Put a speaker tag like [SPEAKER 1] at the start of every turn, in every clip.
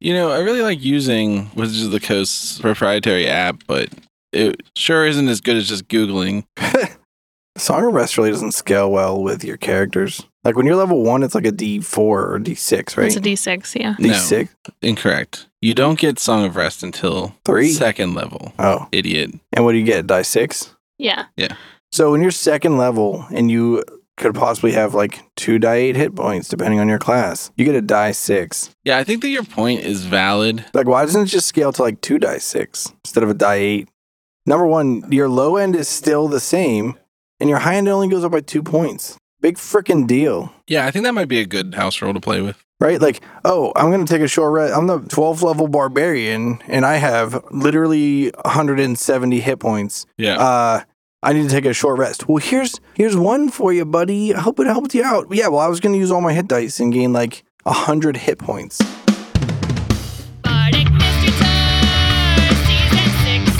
[SPEAKER 1] You know, I really like using Wizards of the Coast's proprietary app, but it sure isn't as good as just Googling.
[SPEAKER 2] Song of Rest really doesn't scale well with your characters. Like when you're level one, it's like a D4 or D6, right?
[SPEAKER 3] It's a D6, yeah.
[SPEAKER 1] No.
[SPEAKER 2] D6?
[SPEAKER 1] Incorrect. You don't get Song of Rest until
[SPEAKER 2] Three?
[SPEAKER 1] second level.
[SPEAKER 2] Oh.
[SPEAKER 1] Idiot.
[SPEAKER 2] And what do you get? Die six?
[SPEAKER 3] Yeah.
[SPEAKER 2] So when you're second level and you could possibly have like two die eight hit points depending on your class, you get a die six.
[SPEAKER 1] Yeah, I think that your point is valid.
[SPEAKER 2] Like, why doesn't it just scale to like two die six instead of a die eight? Number one, your low end is still the same, and your high end only goes up by two points. Big freaking deal,
[SPEAKER 1] Yeah, I think that might be a good house rule to play with.
[SPEAKER 2] right? Like, oh, I'm gonna take a short rest. I'm the 12th level barbarian, and I have literally 170 hit points.
[SPEAKER 1] Yeah.
[SPEAKER 2] Uh, I need to take a short rest. Well, here's here's one for you, buddy. I hope it helped you out. Yeah, well, I was gonna use all my hit dice and gain like 100 hit points.
[SPEAKER 4] Bardic Mystery Tour, Season 6.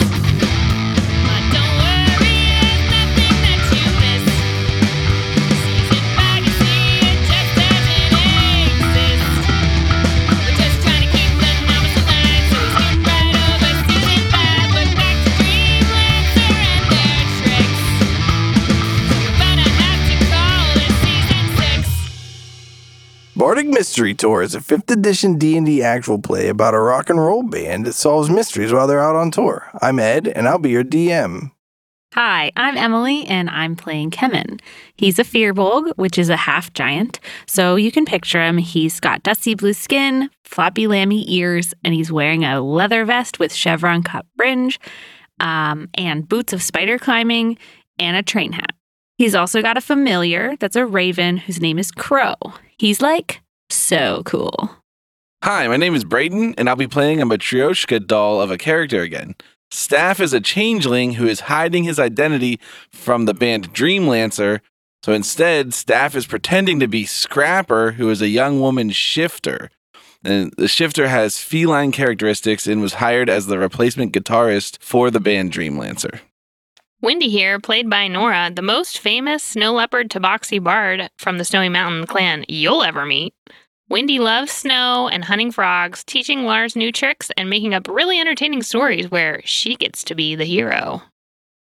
[SPEAKER 4] But don't worry, it's nothing that you miss. Season 5, you see it just as it exists. We're just trying to keep the numbers aligned, so skip right over Season 5. Look back to Dreamlancer and their tricks. You're gonna have to call it Season 6.
[SPEAKER 2] Bardic Mystery Tour is a 5th edition D&D actual play about a rock and roll band that solves mysteries while they're out on tour. I'm Ed, and I'll be your DM.
[SPEAKER 5] Hi, I'm Emily, and I'm playing Kemen. He's a Fearbolg, which is a half giant. So you can picture him. He's got dusty blue skin, floppy lammy ears, and he's wearing a leather vest with chevron cut fringe, um, and boots of spider climbing, and a train hat. He's also got a familiar that's a raven whose name is Crow. He's like so cool.
[SPEAKER 1] Hi, my name is Brayden, and I'll be playing a Matryoshka doll of a character again. Staff is a changeling who is hiding his identity from the band Dreamlancer. So instead, Staff is pretending to be Scrapper, who is a young woman shifter. And the shifter has feline characteristics and was hired as the replacement guitarist for the band Dreamlancer.
[SPEAKER 3] Windy here, played by Nora, the most famous snow leopard tabaxi bard from the Snowy Mountain clan you'll ever meet. Windy loves snow and hunting frogs, teaching Lars new tricks, and making up really entertaining stories where she gets to be the hero.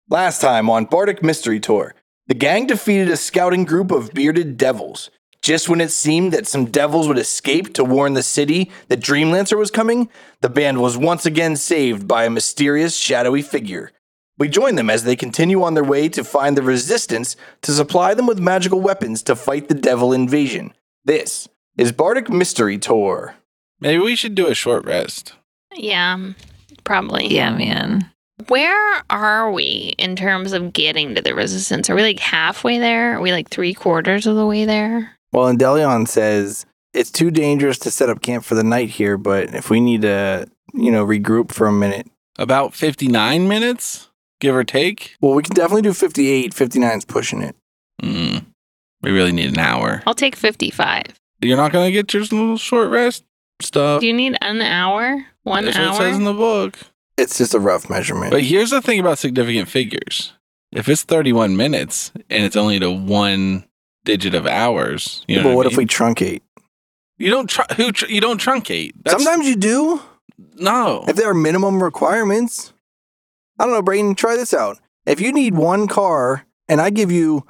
[SPEAKER 2] Last time on Bardic Mystery Tour, the gang defeated a scouting group of bearded devils. Just when it seemed that some devils would escape to warn the city that Dreamlancer was coming, the band was once again saved by a mysterious, shadowy figure. We join them as they continue on their way to find the resistance to supply them with magical weapons to fight the devil invasion. This is Bardic Mystery Tour.
[SPEAKER 1] Maybe we should do a short rest.
[SPEAKER 3] Yeah, probably.
[SPEAKER 5] Yeah, man.
[SPEAKER 3] Where are we in terms of getting to the resistance? Are we like halfway there? Are we like three quarters of the way there?
[SPEAKER 2] Well, and Delion says it's too dangerous to set up camp for the night here, but if we need to, you know, regroup for a minute,
[SPEAKER 1] About 59 minutes, give or take.
[SPEAKER 2] well, we can definitely do 58. 59's pushing it.
[SPEAKER 1] Mm, we really need an hour.
[SPEAKER 3] I'll take 55.
[SPEAKER 1] You're not gonna get your little short rest stuff.
[SPEAKER 3] Do you need an hour? One
[SPEAKER 1] That's
[SPEAKER 3] hour?
[SPEAKER 1] what it Oh. says in the book.
[SPEAKER 2] It's just a rough measurement.
[SPEAKER 1] But here's the thing about significant figures: if it's 31 minutes and it's only to one digit of hours, you know.
[SPEAKER 2] but what if we truncate?
[SPEAKER 1] we? You don't tr- who tr- you don't truncate. That's,
[SPEAKER 2] Sometimes you do
[SPEAKER 1] no.
[SPEAKER 2] if there are minimum requirements. I don't know, Brayden, try this out. If you need one car and I give you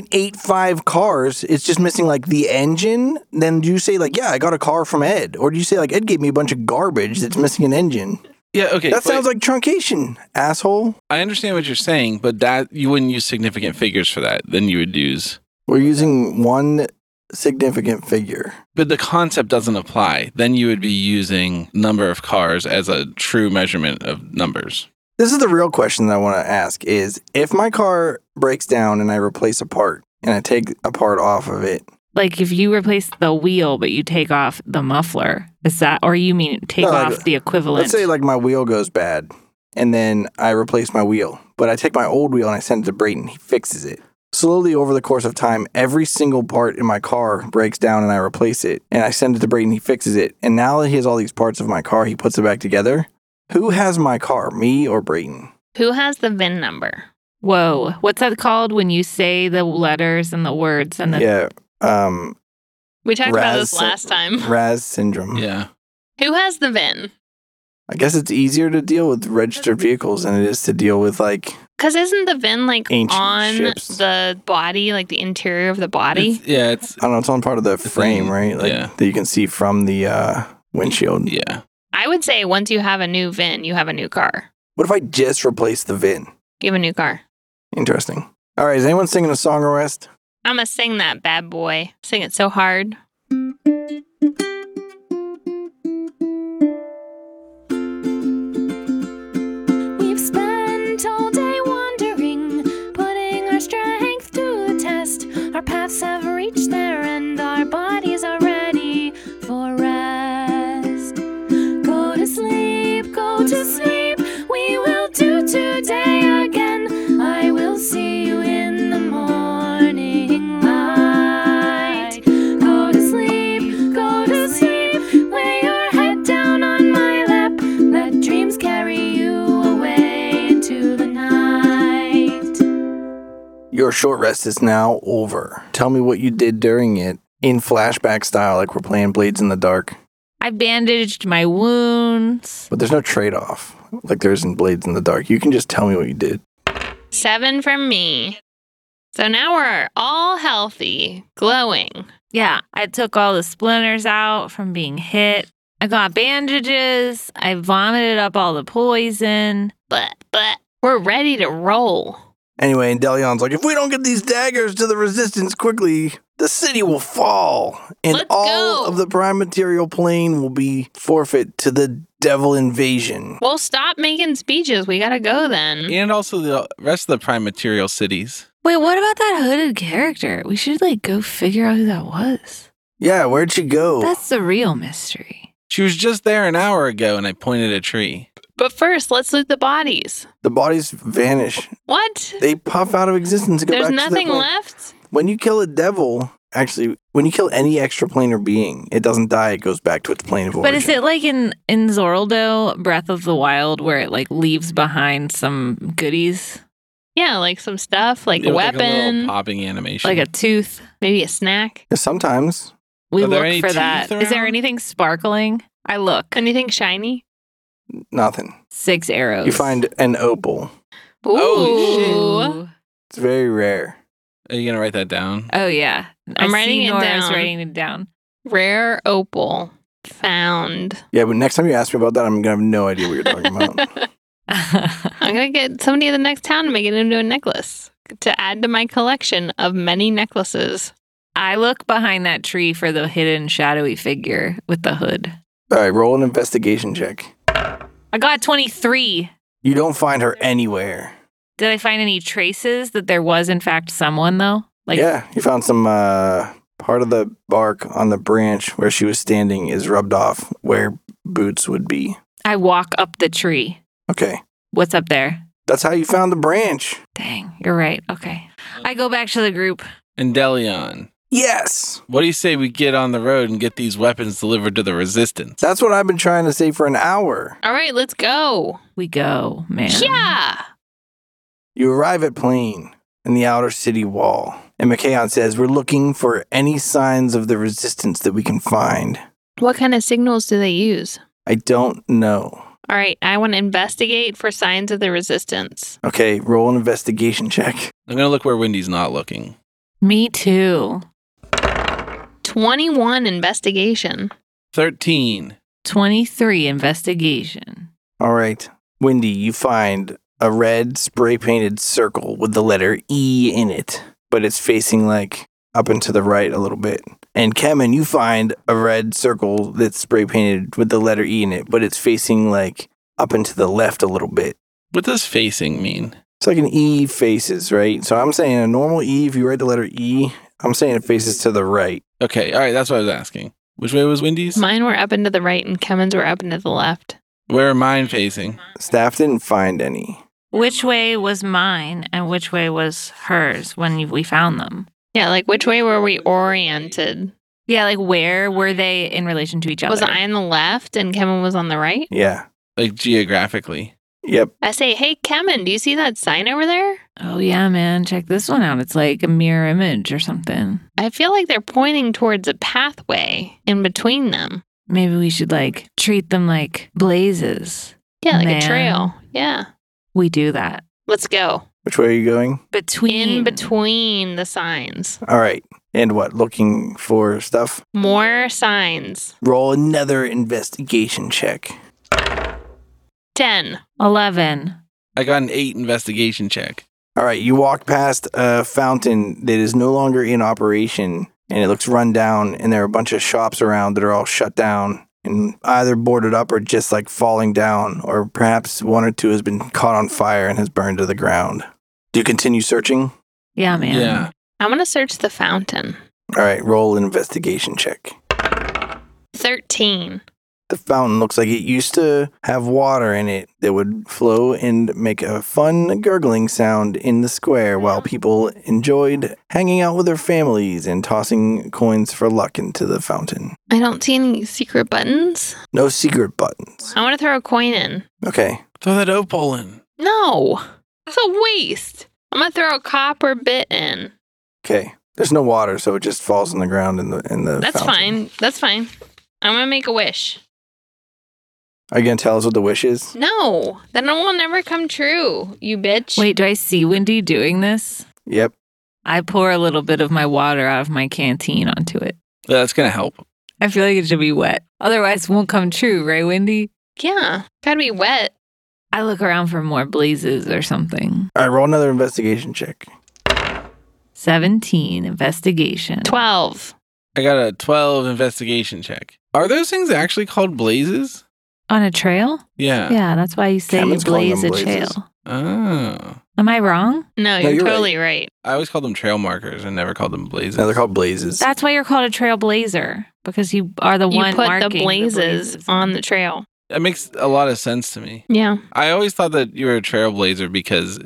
[SPEAKER 2] 0.85 cars, it's just missing like the engine, then do you say like, yeah, I got a car from Ed? Or do you say like Ed gave me a bunch of garbage that's missing an engine?
[SPEAKER 1] yeah. Okay.
[SPEAKER 2] that sounds like truncation, asshole.
[SPEAKER 1] I understand what you're saying, but that you wouldn't use significant figures for that. Then you would use.
[SPEAKER 2] We're using one significant figure.
[SPEAKER 1] But the concept doesn't apply. Then you would be using number of cars as a true measurement of numbers.
[SPEAKER 2] This is the real question that I want to ask is if my car breaks down and I replace a part and I take a part off of it,
[SPEAKER 5] Like if you replace the wheel, but you take off the muffler, is that, or you mean take
[SPEAKER 2] No, like,
[SPEAKER 5] off the equivalent?
[SPEAKER 2] let's say like my wheel goes bad and then I replace my wheel, but I take my old wheel and I send it to Brayton. He fixes it. Slowly over the course of time, every single part in my car breaks down and I replace it. And I send it to Brayton, he fixes it. And now that he has all these parts of my car, he puts it back together. Who has my car, me or Brayton?
[SPEAKER 3] Who has the VIN number?
[SPEAKER 5] Whoa, what's that called when you say the letters and the words and the
[SPEAKER 2] yeah. Um,
[SPEAKER 3] We talked about this
[SPEAKER 2] Raz-
[SPEAKER 3] last time.
[SPEAKER 2] Raz syndrome.
[SPEAKER 1] Yeah.
[SPEAKER 3] Who has the VIN?
[SPEAKER 2] I guess it's easier to deal with registered vehicles than it is to deal with like
[SPEAKER 3] Because isn't the VIN like
[SPEAKER 2] Ancient
[SPEAKER 3] on
[SPEAKER 2] ships.
[SPEAKER 3] the body, like the interior of the body?
[SPEAKER 1] It's- yeah, it's
[SPEAKER 2] I don't know, it's on part of the frame,
[SPEAKER 1] thing,
[SPEAKER 2] right? Like
[SPEAKER 1] yeah.
[SPEAKER 2] that you can see from the uh, windshield.
[SPEAKER 1] yeah.
[SPEAKER 3] I would say once you have a new VIN, you have a new car.
[SPEAKER 2] What if I just replace the VIN?
[SPEAKER 3] You have a new car.
[SPEAKER 2] Interesting. All right, is anyone singing a song or rest?
[SPEAKER 3] I'm going to sing that bad boy. Sing it so hard.
[SPEAKER 4] We've spent all day wandering, putting our strength to the test. Our paths have reached their end, our bodies are ready for rest. Go to sleep, go to sleep, we will do today again. I will see you in the morning light. Go to sleep, go to sleep, lay your head down on my lap. Let dreams carry you away into the night.
[SPEAKER 2] Your short rest is now over. Tell me what you did during it in flashback style, like we're playing Blades in the Dark,
[SPEAKER 5] I bandaged my wounds.
[SPEAKER 2] but there's no trade off like there is in Blades in the Dark. You can just tell me what you did.
[SPEAKER 3] Seven from me. So now we're all healthy, glowing.
[SPEAKER 5] Yeah, I took all the splinters out from being hit. I got bandages. I vomited up all the poison.
[SPEAKER 3] But, but we're ready to roll.
[SPEAKER 2] Anyway, and Delion's like, if we don't get these daggers to the resistance quickly, the city will fall. And
[SPEAKER 3] Let's
[SPEAKER 2] all
[SPEAKER 3] go."
[SPEAKER 2] of the prime material plane will be forfeit to the devil invasion.
[SPEAKER 3] Well, stop making speeches. We got to go then.
[SPEAKER 1] And also the rest of the prime material cities.
[SPEAKER 5] Wait, what about that hooded character? We should like go figure out who that was.
[SPEAKER 2] Yeah, where'd she go?
[SPEAKER 5] That's the real mystery.
[SPEAKER 1] She was just there an hour ago and I pointed a tree.
[SPEAKER 3] But first, let's loot the bodies.
[SPEAKER 2] the bodies vanish.
[SPEAKER 3] What?
[SPEAKER 2] They puff out of existence. and Go
[SPEAKER 3] There's
[SPEAKER 2] back to their
[SPEAKER 3] nothing
[SPEAKER 2] plane.
[SPEAKER 3] left?
[SPEAKER 2] When you kill a devil, actually, when you kill any extraplanar being, it doesn't die. It goes back to its plane of origin.
[SPEAKER 5] But is it like in in Zoraldo Breath of the Wild where it like leaves behind some goodies,
[SPEAKER 3] Yeah, like some stuff, like
[SPEAKER 1] It
[SPEAKER 3] a
[SPEAKER 1] was like a
[SPEAKER 3] weapon,
[SPEAKER 1] little popping animation.
[SPEAKER 5] like a tooth?
[SPEAKER 3] maybe a snack.
[SPEAKER 2] Sometimes.
[SPEAKER 5] We
[SPEAKER 1] Are there
[SPEAKER 5] look
[SPEAKER 1] any
[SPEAKER 5] for
[SPEAKER 1] teeth
[SPEAKER 5] that. Is there
[SPEAKER 1] around?
[SPEAKER 5] anything sparkling? I look.
[SPEAKER 3] Anything shiny?
[SPEAKER 2] Nothing.
[SPEAKER 5] Six arrows.
[SPEAKER 2] You find an opal.
[SPEAKER 3] Ooh.
[SPEAKER 1] Oh,
[SPEAKER 5] Ooh.
[SPEAKER 2] It's very rare.
[SPEAKER 1] Are you gonna write that down?
[SPEAKER 5] Oh yeah.
[SPEAKER 3] I'm
[SPEAKER 5] I
[SPEAKER 3] writing
[SPEAKER 5] see
[SPEAKER 3] it
[SPEAKER 5] Nora's
[SPEAKER 3] down.
[SPEAKER 5] writing it down.
[SPEAKER 3] Rare opal found.
[SPEAKER 2] Yeah, but next time you ask me about that, I'm going to have no idea what you're talking about.
[SPEAKER 3] I'm going to get somebody in the next town to make it into a necklace to add to my collection of many necklaces.
[SPEAKER 5] I look behind that tree for the hidden shadowy figure with the hood.
[SPEAKER 2] All right, roll an investigation check.
[SPEAKER 5] I got 23.
[SPEAKER 2] You don't find her anywhere.
[SPEAKER 5] Did I find any traces that there was in fact someone though? Like
[SPEAKER 2] yeah, you found some uh, part of the bark on the branch where she was standing is rubbed off where boots would be.
[SPEAKER 5] I walk up the tree.
[SPEAKER 2] Okay.
[SPEAKER 5] What's up there?
[SPEAKER 2] That's how you found the branch.
[SPEAKER 5] Dang, you're right. Okay. I go back to the group.
[SPEAKER 1] And Delion,
[SPEAKER 2] Yes.
[SPEAKER 1] what do you say we get on the road and get these weapons delivered to the resistance?
[SPEAKER 2] That's what I've been trying to say for an hour.
[SPEAKER 3] All right, let's go.
[SPEAKER 5] We go, man.
[SPEAKER 3] Yeah.
[SPEAKER 2] You arrive at Plain in the outer city wall, and McKayon says, We're looking for any signs of the resistance that we can find.
[SPEAKER 3] What kind of signals do they use?
[SPEAKER 2] I don't know.
[SPEAKER 3] All right, I want to investigate for signs of the resistance.
[SPEAKER 2] Okay, roll an investigation check.
[SPEAKER 1] I'm gonna look where Wendy's not looking.
[SPEAKER 5] Me too.
[SPEAKER 3] 21 investigation.
[SPEAKER 1] Thirteen.
[SPEAKER 5] 23 investigation.
[SPEAKER 2] All right, Wendy, you find a red spray painted circle with the letter E in it, but it's facing like up and to the right a little bit. And Kevin, you find a red circle that's spray painted with the letter E in it, but it's facing like up and to the left a little bit.
[SPEAKER 1] What does facing mean?
[SPEAKER 2] It's like an E faces, right? So I'm saying a normal E, if you write the letter E, I'm saying it faces to the right.
[SPEAKER 1] Okay, all right, that's what I was asking. Which way was Wendy's?
[SPEAKER 3] Mine were up and to the right, and Kevin's were up and to the left.
[SPEAKER 1] where are mine facing?
[SPEAKER 2] Staff didn't find any.
[SPEAKER 5] Which way was mine and which way was hers when we found them?
[SPEAKER 3] Yeah, like which way were we oriented?
[SPEAKER 5] Yeah, like where were they in relation to each other?
[SPEAKER 3] Was I on the left and Kevin was on the right?
[SPEAKER 2] Yeah.
[SPEAKER 1] Like geographically.
[SPEAKER 2] Yep.
[SPEAKER 3] I say, hey, Kevin, do you see that sign over there?
[SPEAKER 5] Oh yeah, man, check this one out. It's like a mirror image or something.
[SPEAKER 3] I feel like they're pointing towards a pathway in between them.
[SPEAKER 5] Maybe we should like treat them like blazes.
[SPEAKER 3] Yeah, like
[SPEAKER 5] Man.
[SPEAKER 3] a trail. Yeah.
[SPEAKER 5] We do that.
[SPEAKER 3] Let's go.
[SPEAKER 2] Which way are you going?
[SPEAKER 5] Between
[SPEAKER 3] In between the signs.
[SPEAKER 2] All right. And what? Looking for stuff?
[SPEAKER 3] More signs.
[SPEAKER 2] Roll another investigation check.
[SPEAKER 3] 10.
[SPEAKER 5] 11.
[SPEAKER 1] I got an eight investigation check.
[SPEAKER 2] All right. You walk past a fountain that is no longer in operation and it looks run down, and there are a bunch of shops around that are all shut down and either boarded up or just like falling down, or perhaps one or two has been caught on fire and has burned to the ground. Do you continue searching?
[SPEAKER 5] Yeah, man.
[SPEAKER 3] I'm going to search the fountain.
[SPEAKER 2] All right. Roll an investigation check.
[SPEAKER 3] 13.
[SPEAKER 2] The fountain looks like it used to have water in it that would flow and make a fun gurgling sound in the square
[SPEAKER 3] Mm-hmm.
[SPEAKER 2] while people enjoyed hanging out with their families and tossing coins for luck into the fountain.
[SPEAKER 3] I don't see any secret buttons.
[SPEAKER 2] No secret buttons.
[SPEAKER 3] I want to throw a coin in.
[SPEAKER 2] Okay.
[SPEAKER 1] Throw that opal in.
[SPEAKER 3] No. It's a waste. I'm going to throw a copper bit in.
[SPEAKER 2] Okay. There's no water, so it just falls on the ground in the in the
[SPEAKER 3] That's
[SPEAKER 2] fountain.
[SPEAKER 3] fine. That's fine. I'm going to make a wish.
[SPEAKER 2] Are you gonna tell us what the wish is?
[SPEAKER 3] No. Then it will never come true, you bitch.
[SPEAKER 5] Wait, do I see Wendy doing this?
[SPEAKER 2] Yep.
[SPEAKER 5] I pour a little bit of my water out of my canteen onto it.
[SPEAKER 1] Yeah, that's gonna help.
[SPEAKER 5] I feel like it should be wet. Otherwise, it won't come true, right, Wendy?
[SPEAKER 3] Yeah. Gotta be wet.
[SPEAKER 5] I look around for more blazes or something.
[SPEAKER 2] All right. Roll another investigation check.
[SPEAKER 5] 17 investigation.
[SPEAKER 3] 12.
[SPEAKER 1] I got a 12 investigation check. Are those things actually called blazes?
[SPEAKER 5] On a trail?
[SPEAKER 1] Yeah.
[SPEAKER 5] Yeah, that's why you say
[SPEAKER 2] Kevin's
[SPEAKER 5] you
[SPEAKER 2] calling
[SPEAKER 5] blaze a
[SPEAKER 2] them
[SPEAKER 5] trail.
[SPEAKER 2] blazes.
[SPEAKER 1] Oh.
[SPEAKER 5] Am I wrong?
[SPEAKER 3] No,
[SPEAKER 2] No,
[SPEAKER 3] you're,
[SPEAKER 2] you're
[SPEAKER 3] totally right.
[SPEAKER 1] I always called them trail markers and never called them blazes.
[SPEAKER 2] No, they're called blazes.
[SPEAKER 5] That's why you're called a trailblazer because you are the
[SPEAKER 3] You
[SPEAKER 5] one
[SPEAKER 3] put the
[SPEAKER 5] marking
[SPEAKER 3] blazes, on the trail.
[SPEAKER 1] That makes a lot of sense to me.
[SPEAKER 3] Yeah.
[SPEAKER 1] I always thought that you were a trailblazer because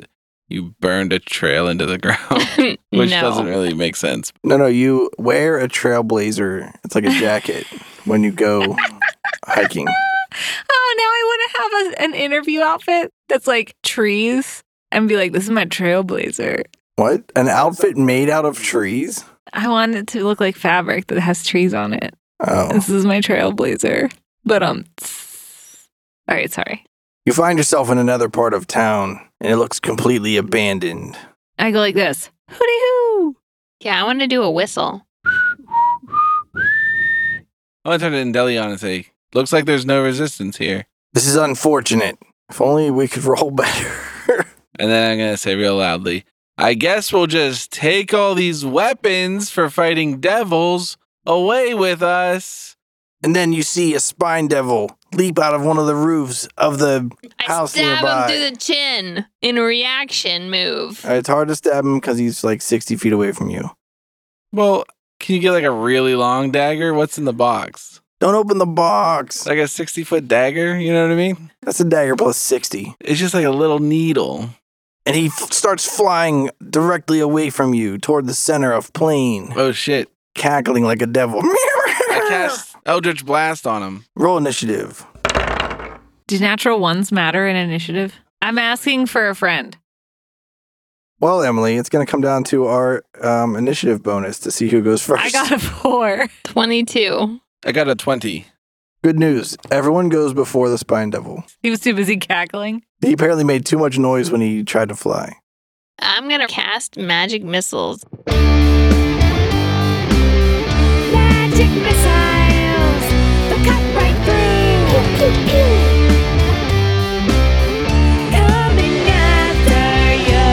[SPEAKER 1] you burned a trail into the ground,
[SPEAKER 3] no.
[SPEAKER 1] which doesn't really make sense.
[SPEAKER 2] No, no, you wear a trailblazer. It's like a jacket when you go hiking.
[SPEAKER 5] Oh, now I want to have a, an interview outfit that's like trees and be like, this is my trailblazer.
[SPEAKER 2] What? An outfit made out of trees?
[SPEAKER 5] I want it to look like fabric that has trees on it.
[SPEAKER 2] Oh.
[SPEAKER 5] This is my trailblazer. But, um, all right, sorry.
[SPEAKER 2] You find yourself in another part of town and it looks completely abandoned.
[SPEAKER 5] I go like this hooty hoo.
[SPEAKER 3] Yeah, I want to do a whistle.
[SPEAKER 1] I want to turn to Indelion and say, looks like there's no resistance here.
[SPEAKER 2] This is unfortunate. If only we could roll better.
[SPEAKER 1] And then I'm going to say real loudly, I guess we'll just take all these weapons for fighting devils away with us.
[SPEAKER 2] and then you see a spine devil leap out of one of the roofs of the.
[SPEAKER 3] I
[SPEAKER 2] House
[SPEAKER 3] stab
[SPEAKER 2] nearby.
[SPEAKER 3] him through the chin in a reaction move.
[SPEAKER 2] It's hard to stab him because he's like 60 feet away from you.
[SPEAKER 1] Well, can you get like a really long dagger? What's in the box?
[SPEAKER 2] Don't open the box.
[SPEAKER 1] Like a 60 foot dagger? You know what I mean?
[SPEAKER 2] That's a dagger plus 60.
[SPEAKER 1] It's just like a little needle.
[SPEAKER 2] and he f- starts flying directly away from you toward the center of plane,
[SPEAKER 1] Oh shit.
[SPEAKER 2] cackling like a devil.
[SPEAKER 1] I cast Eldritch Blast on him.
[SPEAKER 2] Roll initiative.
[SPEAKER 5] Do natural ones matter in initiative? I'm asking for a friend.
[SPEAKER 2] Well, Emily, it's going to come down to our um, initiative bonus to see who goes first.
[SPEAKER 5] I got a four.
[SPEAKER 3] 22.
[SPEAKER 1] I got a 20.
[SPEAKER 2] Good news. Everyone goes before the spine devil.
[SPEAKER 5] He was too busy cackling.
[SPEAKER 2] He apparently made too much noise when he tried to fly.
[SPEAKER 3] I'm going to cast magic missiles.
[SPEAKER 4] Magic missiles, they'll cut right through. Coming after you.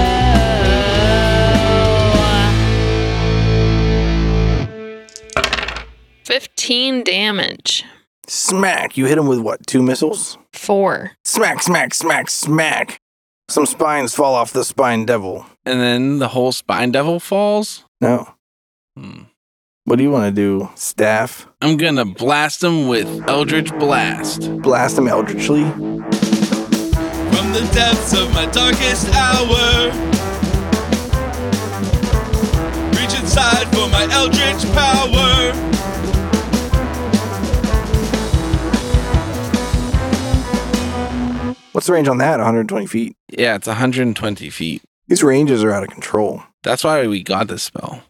[SPEAKER 3] 15 damage.
[SPEAKER 2] Smack. You hit him with what? Two missiles?
[SPEAKER 3] Four.
[SPEAKER 2] Smack, smack, smack, smack. Some spines fall off the spine devil.
[SPEAKER 1] And then the whole Spine Devil falls.
[SPEAKER 2] No.
[SPEAKER 1] Hmm.
[SPEAKER 2] What do you want to do? Staff?
[SPEAKER 1] I'm gonna blast him with Eldritch Blast.
[SPEAKER 2] Blast him eldritchly?
[SPEAKER 6] From the depths of my darkest hour, reach inside for my eldritch power.
[SPEAKER 2] What's the range on that? 120 feet.
[SPEAKER 1] Yeah, it's 120 feet.
[SPEAKER 2] These ranges are out of control.
[SPEAKER 1] That's why we got this spell.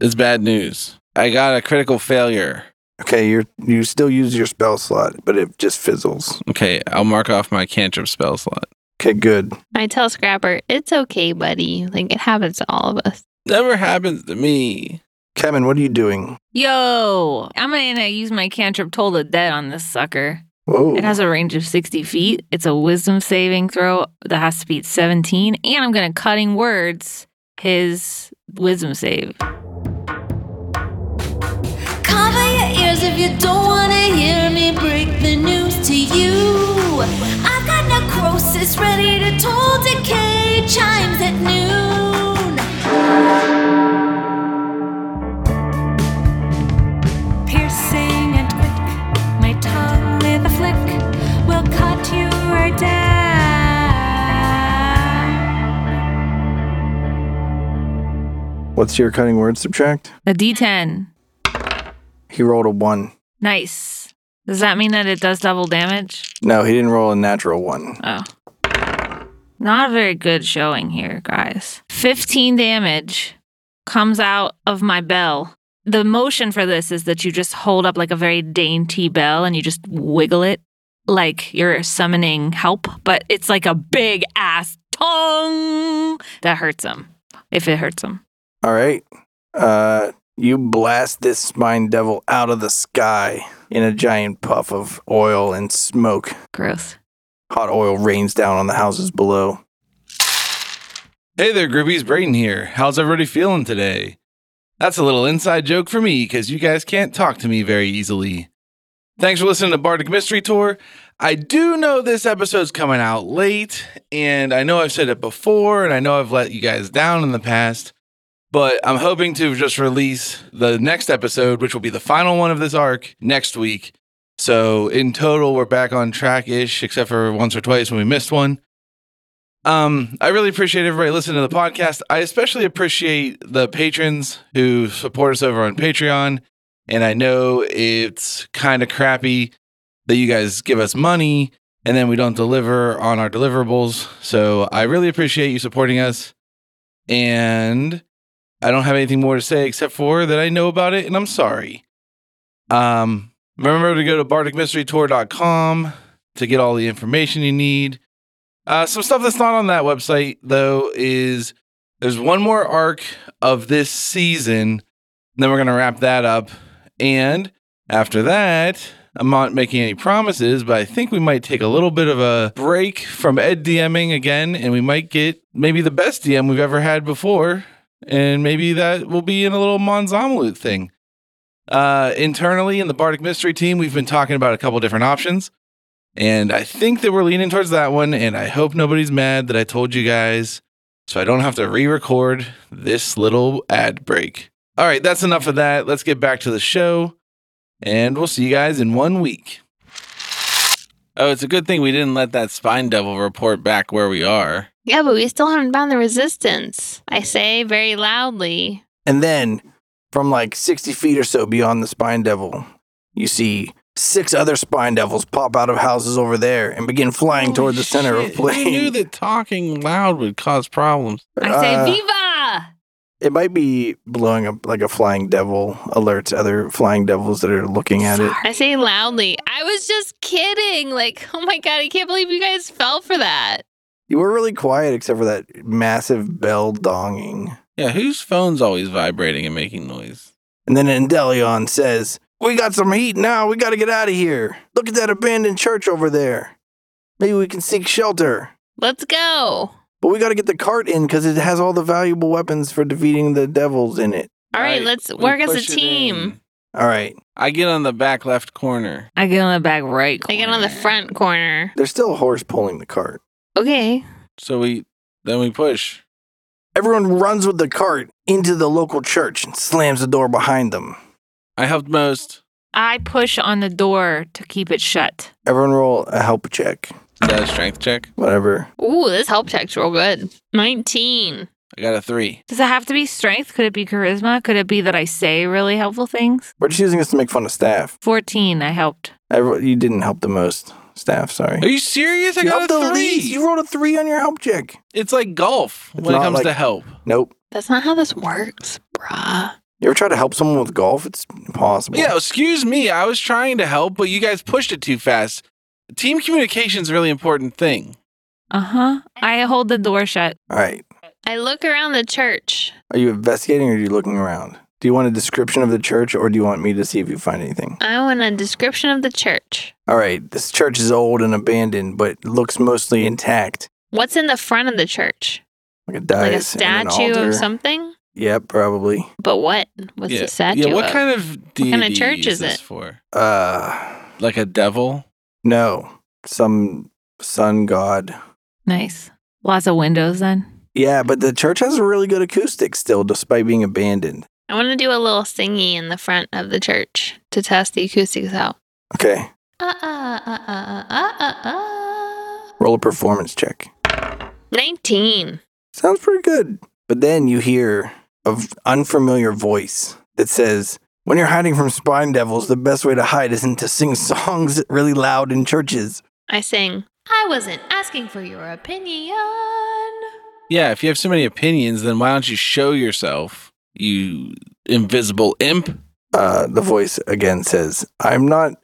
[SPEAKER 1] It's bad news. I got a critical failure.
[SPEAKER 2] Okay, you're you still use your spell slot, but it just fizzles.
[SPEAKER 1] Okay, I'll mark off my cantrip spell slot.
[SPEAKER 2] Okay, good.
[SPEAKER 3] I tell Scrapper, it's okay, buddy. Like, it happens to all of us.
[SPEAKER 1] Never happens to me.
[SPEAKER 2] Kevin, what are you doing?
[SPEAKER 5] Yo, I'm gonna use my cantrip Toll the Dead on this sucker.
[SPEAKER 2] Whoa.
[SPEAKER 5] It has a range of 60 feet. It's a wisdom saving throw that has to beat 17. And I'm gonna cutting words his wisdom save.
[SPEAKER 4] Cover your ears if you don't wanna hear me break the news to you. I got necrosis ready to toll decay chimes at noon. Piercing and quick, my tongue with a flick will cut you right down.
[SPEAKER 2] What's your cutting word subtract?
[SPEAKER 5] A D10.
[SPEAKER 2] He rolled a one.
[SPEAKER 5] Nice. Does that mean that it does double damage?
[SPEAKER 2] No, he didn't roll a natural one.
[SPEAKER 5] Oh. Not a very good showing here, guys. 15 damage comes out of my bell. The motion for this is that you just hold up like a very dainty bell and you just wiggle it like you're summoning help, but it's like a big ass tongue that hurts him if it hurts him.
[SPEAKER 2] All right. Uh, you blast this spine devil out of the sky in a giant puff of oil and smoke.
[SPEAKER 5] Gross.
[SPEAKER 2] Hot oil rains down on the houses below.
[SPEAKER 1] Hey there, groupies. Brayden here. How's everybody feeling today? That's a little inside joke for me because you guys can't talk to me very easily. Thanks for listening to Bardic Mystery Tour. I do know this episode's coming out late, and I know I've said it before, and I know I've let you guys down in the past, but I'm hoping to just release the next episode, which will be the final one of this arc, next week. So, in total, we're back on track ish, except for once or twice when we missed one. Um, I really appreciate everybody listening to the podcast. I especially appreciate the patrons who support us over on Patreon. And I know it's kind of crappy that you guys give us money and then we don't deliver on our deliverables. So I really appreciate you supporting us. And I don't have anything more to say except for that I know about it and I'm sorry. Um, remember to go to bardicmysterytour.com to get all the information you need. Uh, some stuff that's not on that website though is there's one more arc of this season. and then we're gonna wrap that up, and after that, I'm not making any promises, but I think we might take a little bit of a break from Ed DMing again, and we might get maybe the best DM we've ever had before, and maybe that will be in a little Monzamalut thing. Uh, internally in the Bardic Mystery team, we've been talking about a couple different options. And I think that we're leaning towards that one. And I hope nobody's mad that I told you guys so I don't have to re record this little ad break. All right, that's enough of that. Let's get back to the show. And we'll see you guys in one week. Oh, it's a good thing we didn't let that spine devil report back where we are.
[SPEAKER 3] Yeah, but we still haven't found the resistance. I say very loudly.
[SPEAKER 2] And then, from like 60 feet or so beyond the spine devil, you see six other spine devils pop out of houses over there and begin flying toward the center of play.
[SPEAKER 1] I Oh, knew that talking loud would cause problems.
[SPEAKER 5] I say,
[SPEAKER 2] Uh,
[SPEAKER 5] Viva!
[SPEAKER 2] It might be blowing up like a flying devil alerts other flying devils that are looking at it.
[SPEAKER 3] I say loudly. I was just kidding. Like, oh my God, I can't believe you guys fell for that.
[SPEAKER 2] You were really quiet except for that massive bell donging.
[SPEAKER 1] Yeah, whose phone's always vibrating and making noise?
[SPEAKER 2] And then Endelion says, We got some heat now. We got to get out of here. Look at that abandoned church over there. Maybe we can seek shelter.
[SPEAKER 3] Let's go.
[SPEAKER 2] But we got to get the cart in because it has all the valuable weapons for defeating the devils in it.
[SPEAKER 3] All right, let's
[SPEAKER 1] we
[SPEAKER 3] work as a
[SPEAKER 1] push it
[SPEAKER 3] team.
[SPEAKER 1] in.
[SPEAKER 2] All right.
[SPEAKER 1] I get on the back left corner.
[SPEAKER 5] I get on the back right.
[SPEAKER 3] I get on the
[SPEAKER 5] corner.
[SPEAKER 3] front corner.
[SPEAKER 2] There's still a horse pulling the cart.
[SPEAKER 3] Okay.
[SPEAKER 1] So we then we push.
[SPEAKER 2] Everyone runs with the cart into the local church and slams the door behind them.
[SPEAKER 1] I helped most.
[SPEAKER 5] I push on the door to keep it shut.
[SPEAKER 2] Everyone roll a help check.
[SPEAKER 1] The strength check.
[SPEAKER 2] Whatever.
[SPEAKER 3] Ooh, this help check's real good. 19.
[SPEAKER 1] I got a three.
[SPEAKER 5] Does it have to be strength? Could it be charisma? Could it be that I say really helpful things?
[SPEAKER 2] We're just using this to make fun of staff.
[SPEAKER 5] 14, I helped.
[SPEAKER 2] Everyone, you didn't help the most. Staff, sorry.
[SPEAKER 1] Are you serious? I
[SPEAKER 2] You
[SPEAKER 1] got
[SPEAKER 2] helped the
[SPEAKER 1] a three.
[SPEAKER 2] least. You rolled a three on your help check.
[SPEAKER 1] it's like golf
[SPEAKER 2] It's
[SPEAKER 1] when it
[SPEAKER 2] not
[SPEAKER 1] comes
[SPEAKER 2] like-
[SPEAKER 1] to help.
[SPEAKER 2] Nope.
[SPEAKER 3] That's not how this works, bruh.
[SPEAKER 2] You ever try to help someone with golf? It's impossible.
[SPEAKER 1] Yeah, excuse me. I was trying to help, but you guys pushed it too fast. Team communication is a really important thing.
[SPEAKER 5] Uh huh. I hold the door shut.
[SPEAKER 2] All right.
[SPEAKER 3] I look around the church.
[SPEAKER 2] Are you investigating or are you looking around? Do you want a description of the church or do you want me to see if you find anything?
[SPEAKER 3] I want a description of the church.
[SPEAKER 2] All right. This church is old and abandoned, but it looks mostly intact.
[SPEAKER 3] What's in the front of the church?
[SPEAKER 2] Like a
[SPEAKER 3] Like a
[SPEAKER 2] dais and Uh, an
[SPEAKER 3] statue
[SPEAKER 2] altar.
[SPEAKER 3] of something?
[SPEAKER 2] Yep, probably.
[SPEAKER 3] But what? What's
[SPEAKER 1] yeah.
[SPEAKER 3] the statue
[SPEAKER 1] Yeah, what
[SPEAKER 3] of?
[SPEAKER 1] kind of deity
[SPEAKER 3] Uh, kind of church is
[SPEAKER 1] this
[SPEAKER 3] it?
[SPEAKER 1] for?
[SPEAKER 2] Uh,
[SPEAKER 1] Like a devil?
[SPEAKER 2] no, some sun god.
[SPEAKER 5] Nice. Lots of windows then.
[SPEAKER 2] Yeah, but the church has a really good acoustic still, despite being abandoned.
[SPEAKER 3] I want to do a little singy in the front of the church to test the acoustics out.
[SPEAKER 2] Okay,
[SPEAKER 3] Uh, uh, uh, uh, uh, uh, uh.
[SPEAKER 2] roll a performance check.
[SPEAKER 3] 19.
[SPEAKER 2] Sounds pretty good. But then you hear an unfamiliar voice that says, When you're hiding from spine devils, the best way to hide isn't to sing songs really loud in churches.
[SPEAKER 3] I sing,
[SPEAKER 7] I wasn't asking for your opinion.
[SPEAKER 1] Yeah, if you have so many opinions, then why don't you show yourself, you invisible imp?
[SPEAKER 2] Uh, the voice again says, I'm not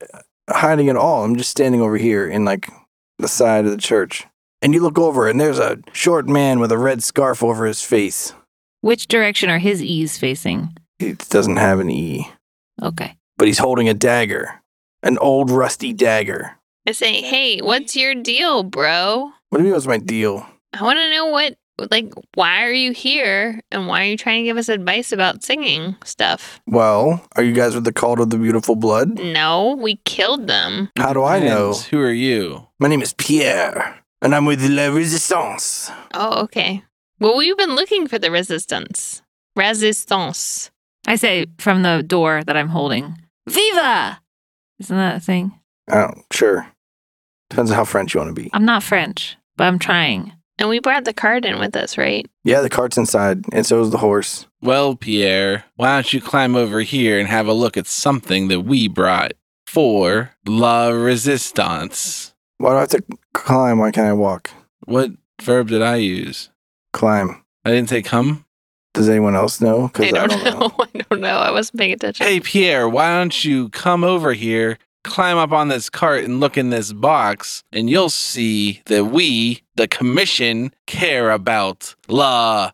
[SPEAKER 2] hiding at all. I'm just standing over here in like the side of the church. And you look over, and there's a short man with a red scarf over his face.
[SPEAKER 5] Which direction are his E's facing?
[SPEAKER 2] He doesn't have an E,
[SPEAKER 5] Okay.
[SPEAKER 2] but he's holding a dagger, an old rusty dagger.
[SPEAKER 3] I say, hey, what's your deal, bro?
[SPEAKER 2] What do you mean was my deal?
[SPEAKER 3] I want to know what, like, why are you here and why are you trying to give us advice about singing stuff?
[SPEAKER 2] Well, are you guys with the cult of the beautiful blood?
[SPEAKER 3] No, we killed them.
[SPEAKER 2] How do I know?
[SPEAKER 1] Depends. Who are you?
[SPEAKER 2] My name is Pierre, and I'm with La Resistance.
[SPEAKER 3] Oh, okay. Well, we've been looking for the resistance. Resistance.
[SPEAKER 5] I say from the door that I'm holding, Viva! Isn't that a thing?
[SPEAKER 2] Oh, sure. Depends on how French you want to be.
[SPEAKER 5] I'm not French, but I'm trying.
[SPEAKER 3] And we brought the card in with us, right?
[SPEAKER 2] Yeah, the cart's inside, and so is the horse.
[SPEAKER 1] Well, Pierre, why don't you climb over here and have a look at something that we brought for La Resistance?
[SPEAKER 2] Why do I have to climb? Why can't I walk?
[SPEAKER 1] What verb did I use?
[SPEAKER 2] Climb.
[SPEAKER 1] I didn't say come.
[SPEAKER 2] Does anyone else know? Because I, don't know.
[SPEAKER 3] I don't know. I wasn't paying attention.
[SPEAKER 1] Hey, Pierre, why don't you come over here, climb up on this cart, and look in this box, and you'll see that we, the commission, care about La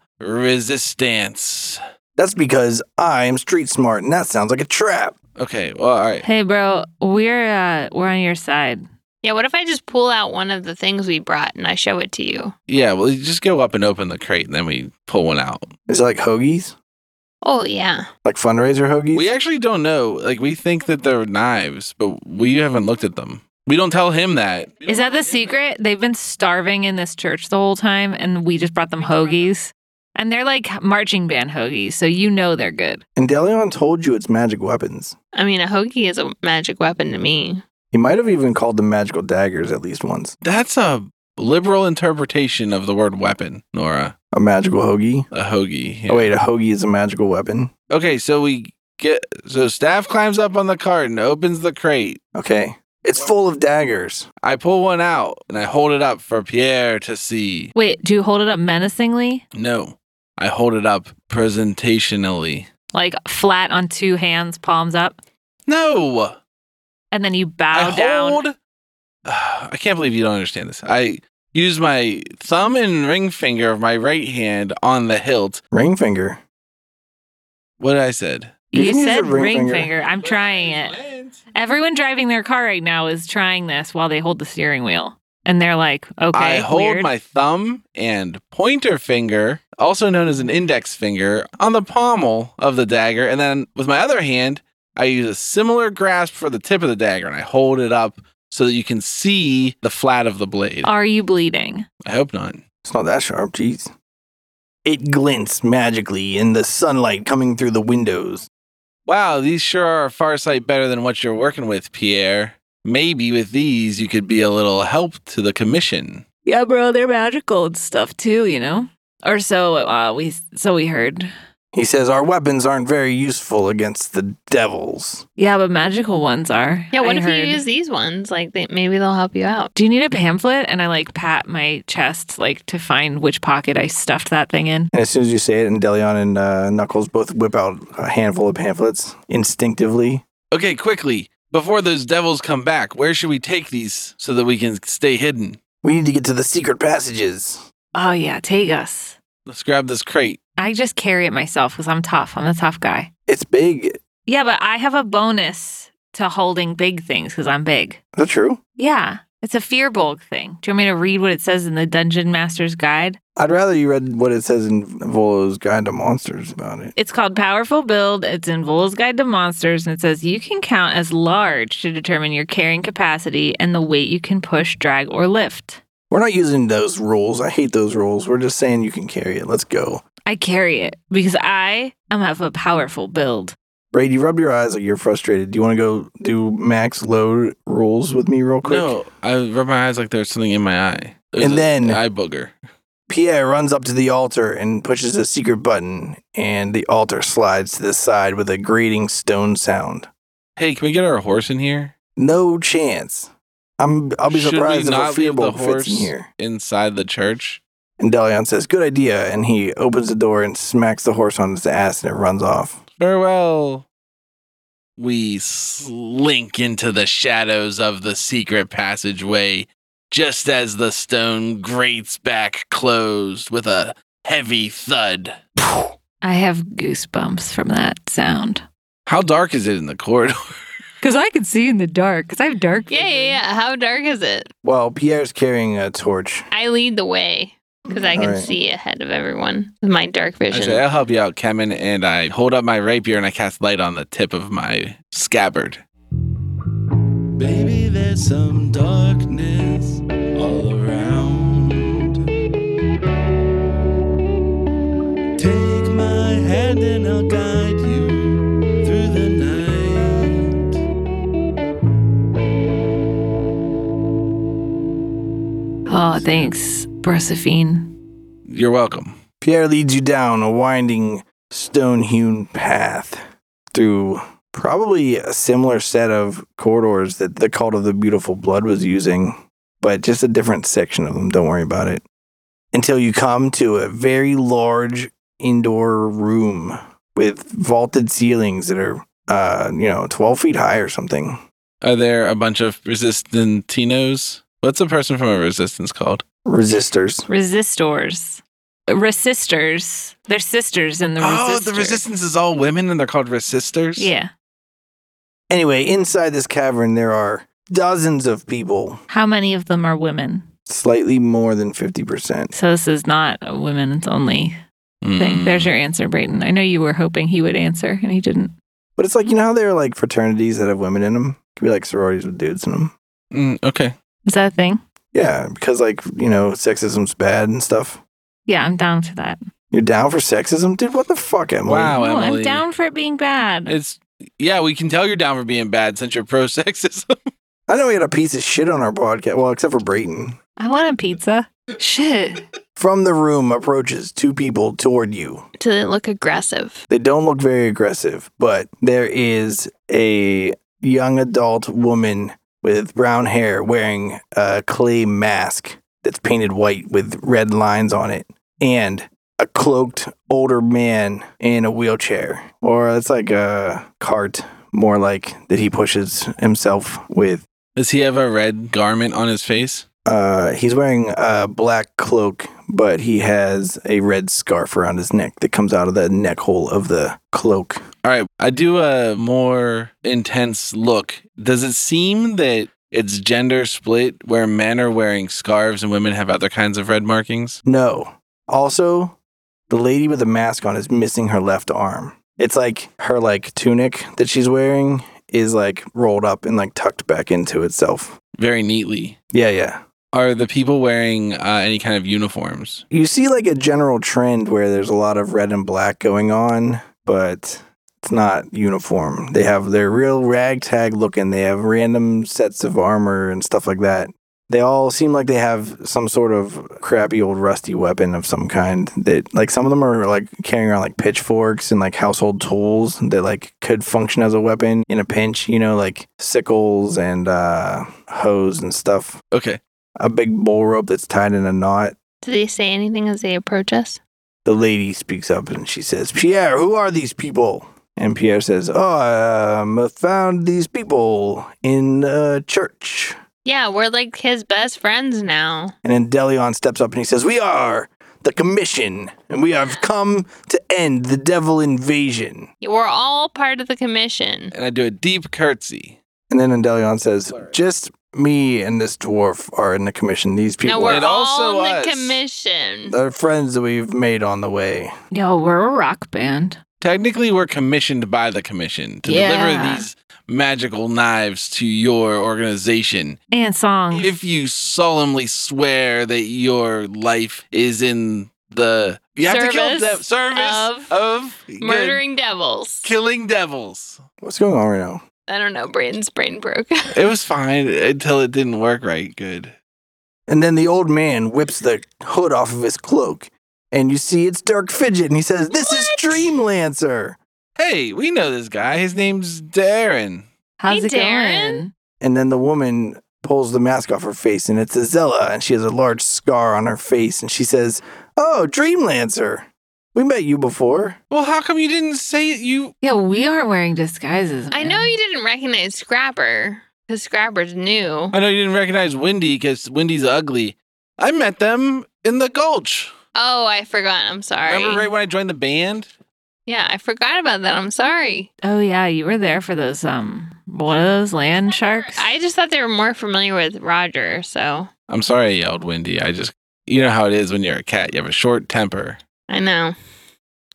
[SPEAKER 1] Resistance.
[SPEAKER 2] That's because I am street smart, and that sounds like a trap.
[SPEAKER 1] Okay, well, all right.
[SPEAKER 5] Hey, bro, we're uh, we're on your side.
[SPEAKER 3] Yeah, what if I just pull out one of the things we brought and I show it to you?
[SPEAKER 1] Yeah, well, you just go up and open the crate, and then we pull one out.
[SPEAKER 2] Is it like hoagies?
[SPEAKER 3] Oh, yeah.
[SPEAKER 2] Like fundraiser hoagies?
[SPEAKER 1] We actually don't know. Like, we think that they're knives, but we haven't looked at them. We don't tell him that.
[SPEAKER 5] Is that the secret? They've been starving in this church the whole time, and we just brought them hoagies. And they're like marching band hoagies, so you know they're good.
[SPEAKER 2] And Delion told you it's magic weapons.
[SPEAKER 3] I mean, a hoagie is a magic weapon to me.
[SPEAKER 2] He might have even called them magical daggers at least once.
[SPEAKER 1] That's a liberal interpretation of the word weapon, Nora.
[SPEAKER 2] A magical hoagie.
[SPEAKER 1] A hoagie. yeah.
[SPEAKER 2] Oh, wait, a hoagie is a magical weapon.
[SPEAKER 1] Okay, so we get so staff climbs up on the cart and opens the crate.
[SPEAKER 2] Okay. It's full of daggers.
[SPEAKER 1] I pull one out and I hold it up for Pierre to see.
[SPEAKER 5] Wait, do you hold it up menacingly?
[SPEAKER 1] No, I hold it up presentationally.
[SPEAKER 5] Like flat on two hands, palms up,
[SPEAKER 1] No,
[SPEAKER 5] and then you
[SPEAKER 1] I
[SPEAKER 5] bow down.
[SPEAKER 1] hold. I can't believe you don't understand this. I use my thumb and ring finger of my right hand on the hilt.
[SPEAKER 2] Ring finger.
[SPEAKER 1] What did I said?
[SPEAKER 2] You
[SPEAKER 5] You
[SPEAKER 2] can use
[SPEAKER 5] said
[SPEAKER 2] your ring
[SPEAKER 5] ring
[SPEAKER 2] finger.
[SPEAKER 5] finger. I'm trying it. Everyone driving their car right now is trying this while they hold the steering wheel. And they're like,
[SPEAKER 1] I
[SPEAKER 5] okay,
[SPEAKER 1] hold
[SPEAKER 5] weird.
[SPEAKER 1] my thumb and pointer finger, also known as an index finger, on the pommel of the dagger. And then with my other hand, I use a similar grasp for the tip of the dagger and I hold it up so that you can see the flat of the blade.
[SPEAKER 5] Are you bleeding?
[SPEAKER 1] I hope not.
[SPEAKER 2] It's not that sharp, jeez. It glints magically in the sunlight coming through the windows.
[SPEAKER 1] Wow, these sure are a far sight better than what you're working with, Pierre. Maybe with these you could be a little help to the commission.
[SPEAKER 5] Yeah, bro, they're magical and stuff too, you know? Or so uh, we so we heard.
[SPEAKER 2] He says our weapons aren't very useful against the devils.
[SPEAKER 5] Yeah, but magical ones are.
[SPEAKER 3] Yeah, what
[SPEAKER 5] I
[SPEAKER 3] if
[SPEAKER 5] heard.
[SPEAKER 3] you use these ones? Like, they, maybe they'll help you out.
[SPEAKER 5] Do you need a pamphlet? And I like pat my chest like to find which pocket I stuffed that thing in.
[SPEAKER 2] And as soon as you say it, and Delion and uh, Knuckles both whip out a handful of pamphlets instinctively.
[SPEAKER 1] Okay, quickly, before those devils come back, where should we take these so that we can stay hidden?
[SPEAKER 2] We need to get to the secret passages.
[SPEAKER 5] Oh yeah, take us.
[SPEAKER 1] Let's grab this crate.
[SPEAKER 5] I just carry it myself because I'm tough. I'm a tough guy.
[SPEAKER 2] It's big. Is
[SPEAKER 5] Yeah, but I have a bonus to holding big things because I'm big.
[SPEAKER 2] that true?
[SPEAKER 5] Yeah, it's a fear bulk thing. Do you want me to read what it says in the Dungeon Master's Guide?
[SPEAKER 2] I'd rather you read what it says in Volo's Guide to Monsters about it.
[SPEAKER 5] It's called Powerful Build. It's in Volo's Guide to Monsters, and it says you can count as large to determine your carrying capacity and the weight you can push, drag, or lift.
[SPEAKER 2] We're not using those rules. I hate those rules. We're just saying you can carry it. Let's go.
[SPEAKER 5] I carry it because I am of a powerful build.
[SPEAKER 2] Brady, you rubbed your eyes like you're frustrated. Do you want to go do max load rules with me real quick?
[SPEAKER 1] No, I rub my eyes like there's something in my eye. There's
[SPEAKER 2] And
[SPEAKER 1] a-
[SPEAKER 2] then-
[SPEAKER 1] an eye booger.
[SPEAKER 2] Pierre runs up to the altar and pushes a secret button, and the altar slides to the side with a grating stone sound.
[SPEAKER 1] Hey, can we get our horse in here?
[SPEAKER 2] No chance. I'm. I'll be
[SPEAKER 1] Should we
[SPEAKER 2] surprised if
[SPEAKER 1] not
[SPEAKER 2] a
[SPEAKER 1] leave the
[SPEAKER 2] fearbolt fits in
[SPEAKER 1] horse?
[SPEAKER 2] here.
[SPEAKER 1] Inside the church?
[SPEAKER 2] And Delion says, "Good idea," and he opens the door and smacks the horse on its ass, and it runs off.
[SPEAKER 1] Farewell. We slink into the shadows of the secret passageway just as the stone grates back closed with a heavy thud.
[SPEAKER 5] I have goosebumps from that sound.
[SPEAKER 1] How dark is it in the corridor?
[SPEAKER 5] Because I can see in the dark, because I have dark
[SPEAKER 3] Yeah, yeah, yeah. How dark is it?
[SPEAKER 2] Well, Pierre's carrying a torch.
[SPEAKER 3] I lead the way because I can
[SPEAKER 2] Alright.
[SPEAKER 3] see ahead of everyone with my dark vision.
[SPEAKER 1] Actually, I'll help you out, Kemen, and I hold up my rapier and I cast light on the tip of my scabbard.
[SPEAKER 8] Baby, there's some darkness all around. Take my hand and I'll guide you through the night.
[SPEAKER 5] Oh, thanks, Persephine.
[SPEAKER 1] You're welcome.
[SPEAKER 2] Pierre leads you down a winding stone hewn path through probably a similar set of corridors that the Cult of the Beautiful Blood was using, but just a different section of them. Don't worry about it. Until you come to a very large indoor room with vaulted ceilings that are, uh, you know, 12 feet high or something.
[SPEAKER 1] Are there a bunch of resistantinos? What's a person from a resistance called?
[SPEAKER 2] Resistors.
[SPEAKER 5] Resistors. Resistors. They're sisters in the
[SPEAKER 1] oh, the
[SPEAKER 5] resistor.
[SPEAKER 1] resistance is all women and they're called resistors?
[SPEAKER 5] Yeah.
[SPEAKER 2] Anyway, inside this cavern, there are dozens of people,
[SPEAKER 5] How many of them are women?
[SPEAKER 2] slightly more than 50%.
[SPEAKER 5] So this is not a women's only thing.
[SPEAKER 1] Mm.
[SPEAKER 5] There's your answer, Brayton. I know you were hoping he would answer, and he didn't.
[SPEAKER 2] But it's like you know how there are like fraternities that have women in them. Could be like sororities with dudes in them.
[SPEAKER 1] Mm, okay.
[SPEAKER 5] Is that a thing?
[SPEAKER 2] Yeah, because like you know sexism's bad and stuff.
[SPEAKER 5] Yeah, I'm down for that.
[SPEAKER 2] You're down for sexism, dude? What the fuck, Emily?
[SPEAKER 1] Wow,
[SPEAKER 5] no,
[SPEAKER 1] Oh, Emily.
[SPEAKER 5] I'm down for it being bad.
[SPEAKER 1] It's yeah, we can tell you're down for being bad since you're pro sexism.
[SPEAKER 2] I know we had a piece of shit on our podcast. Well, except for Brayton.
[SPEAKER 5] I want a pizza. Shit.
[SPEAKER 2] From the room approaches two people toward you.
[SPEAKER 3] Do they look aggressive?
[SPEAKER 2] They don't look very aggressive, but there is a young adult woman with brown hair wearing a clay mask that's painted white with red lines on it, and a cloaked older man in a wheelchair, or it's like a cart, more like that he pushes himself with.
[SPEAKER 1] Does he have a red garment on his face?
[SPEAKER 2] Uh, he's wearing a black cloak, but he has a red scarf around his neck that comes out of the neck hole of the cloak.
[SPEAKER 1] All right, I do a more intense look. Does it seem that it's gender split where men are wearing scarves and women have other kinds of red markings?
[SPEAKER 2] No. Also, the lady with the mask on is missing her left arm. It's like her like tunic that she's wearing is like rolled up and like tucked back into itself.
[SPEAKER 1] Very neatly.
[SPEAKER 2] Yeah, yeah.
[SPEAKER 1] Are the people wearing uh, any kind of uniforms?
[SPEAKER 2] You see like a general trend where there's a lot of red and black going on, but it's not uniform. They have their real ragtag looking. They have random sets of armor and stuff like that. They all seem like they have some sort of crappy old rusty weapon of some kind that, like, some of them are like carrying around like pitchforks and like household tools that like could function as a weapon in a pinch, you know, like sickles and uh, hoes and stuff.
[SPEAKER 1] Okay.
[SPEAKER 2] A big bull rope that's tied in a knot.
[SPEAKER 3] Do they say anything as they approach us?
[SPEAKER 2] The lady speaks up and she says, Pierre, who are these people? And Pierre says, Oh, um, I found these people in a church.
[SPEAKER 3] Yeah, we're like his best friends now.
[SPEAKER 2] And then Delion steps up and he says, We are the commission, and we have come to end the devil invasion.
[SPEAKER 3] We're all part of the commission.
[SPEAKER 1] And I do a deep curtsy.
[SPEAKER 2] And then Delion says, Just me and this dwarf are in the commission. These
[SPEAKER 3] Now
[SPEAKER 2] people
[SPEAKER 3] we're
[SPEAKER 1] And also
[SPEAKER 3] all in
[SPEAKER 1] us.
[SPEAKER 3] the commission.
[SPEAKER 2] are friends that we've made on the way.
[SPEAKER 5] No, we're a rock band.
[SPEAKER 1] Technically, we're commissioned by the commission to
[SPEAKER 5] Yeah.
[SPEAKER 1] deliver these magical knives to your organization.
[SPEAKER 5] And songs.
[SPEAKER 1] If you solemnly swear that your life is in the you have to kill
[SPEAKER 3] Service
[SPEAKER 1] de- service
[SPEAKER 3] of
[SPEAKER 1] of, good-
[SPEAKER 3] Murdering devils.
[SPEAKER 1] killing devils.
[SPEAKER 2] What's going on right now?
[SPEAKER 3] I don't know. Brayden's brain broke.
[SPEAKER 1] It was fine until it didn't work right. Good.
[SPEAKER 2] And then the old man whips the hood off of his cloak, and you see it's Dark Fidget, and he says, This is Dreamlancer.
[SPEAKER 1] Hey, we know this guy. His name's Darren.
[SPEAKER 5] How's
[SPEAKER 3] Hey,
[SPEAKER 5] it
[SPEAKER 3] Darren.
[SPEAKER 5] going?
[SPEAKER 2] And then the woman pulls the mask off her face, and it's Azella, and she has a large scar on her face, and she says, Oh, Dreamlancer, we met you before.
[SPEAKER 1] Well, how come you didn't say you?
[SPEAKER 5] Yeah, we aren't wearing disguises.
[SPEAKER 3] I know you didn't recognize Scrapper because Scrapper's new.
[SPEAKER 1] I know you didn't recognize Wendy because Wendy's ugly. I met them in the Gulch.
[SPEAKER 3] Oh, I forgot. I'm sorry.
[SPEAKER 1] Remember right when I joined the band?
[SPEAKER 3] Yeah, I forgot about that. I'm sorry.
[SPEAKER 5] Oh yeah, you were there for those um what are those land sharks?
[SPEAKER 3] I just thought they were more familiar with Roger. So
[SPEAKER 1] I'm sorry I yelled Wendy. I just, you know how it is when you're a cat. You have a short temper.
[SPEAKER 3] I know.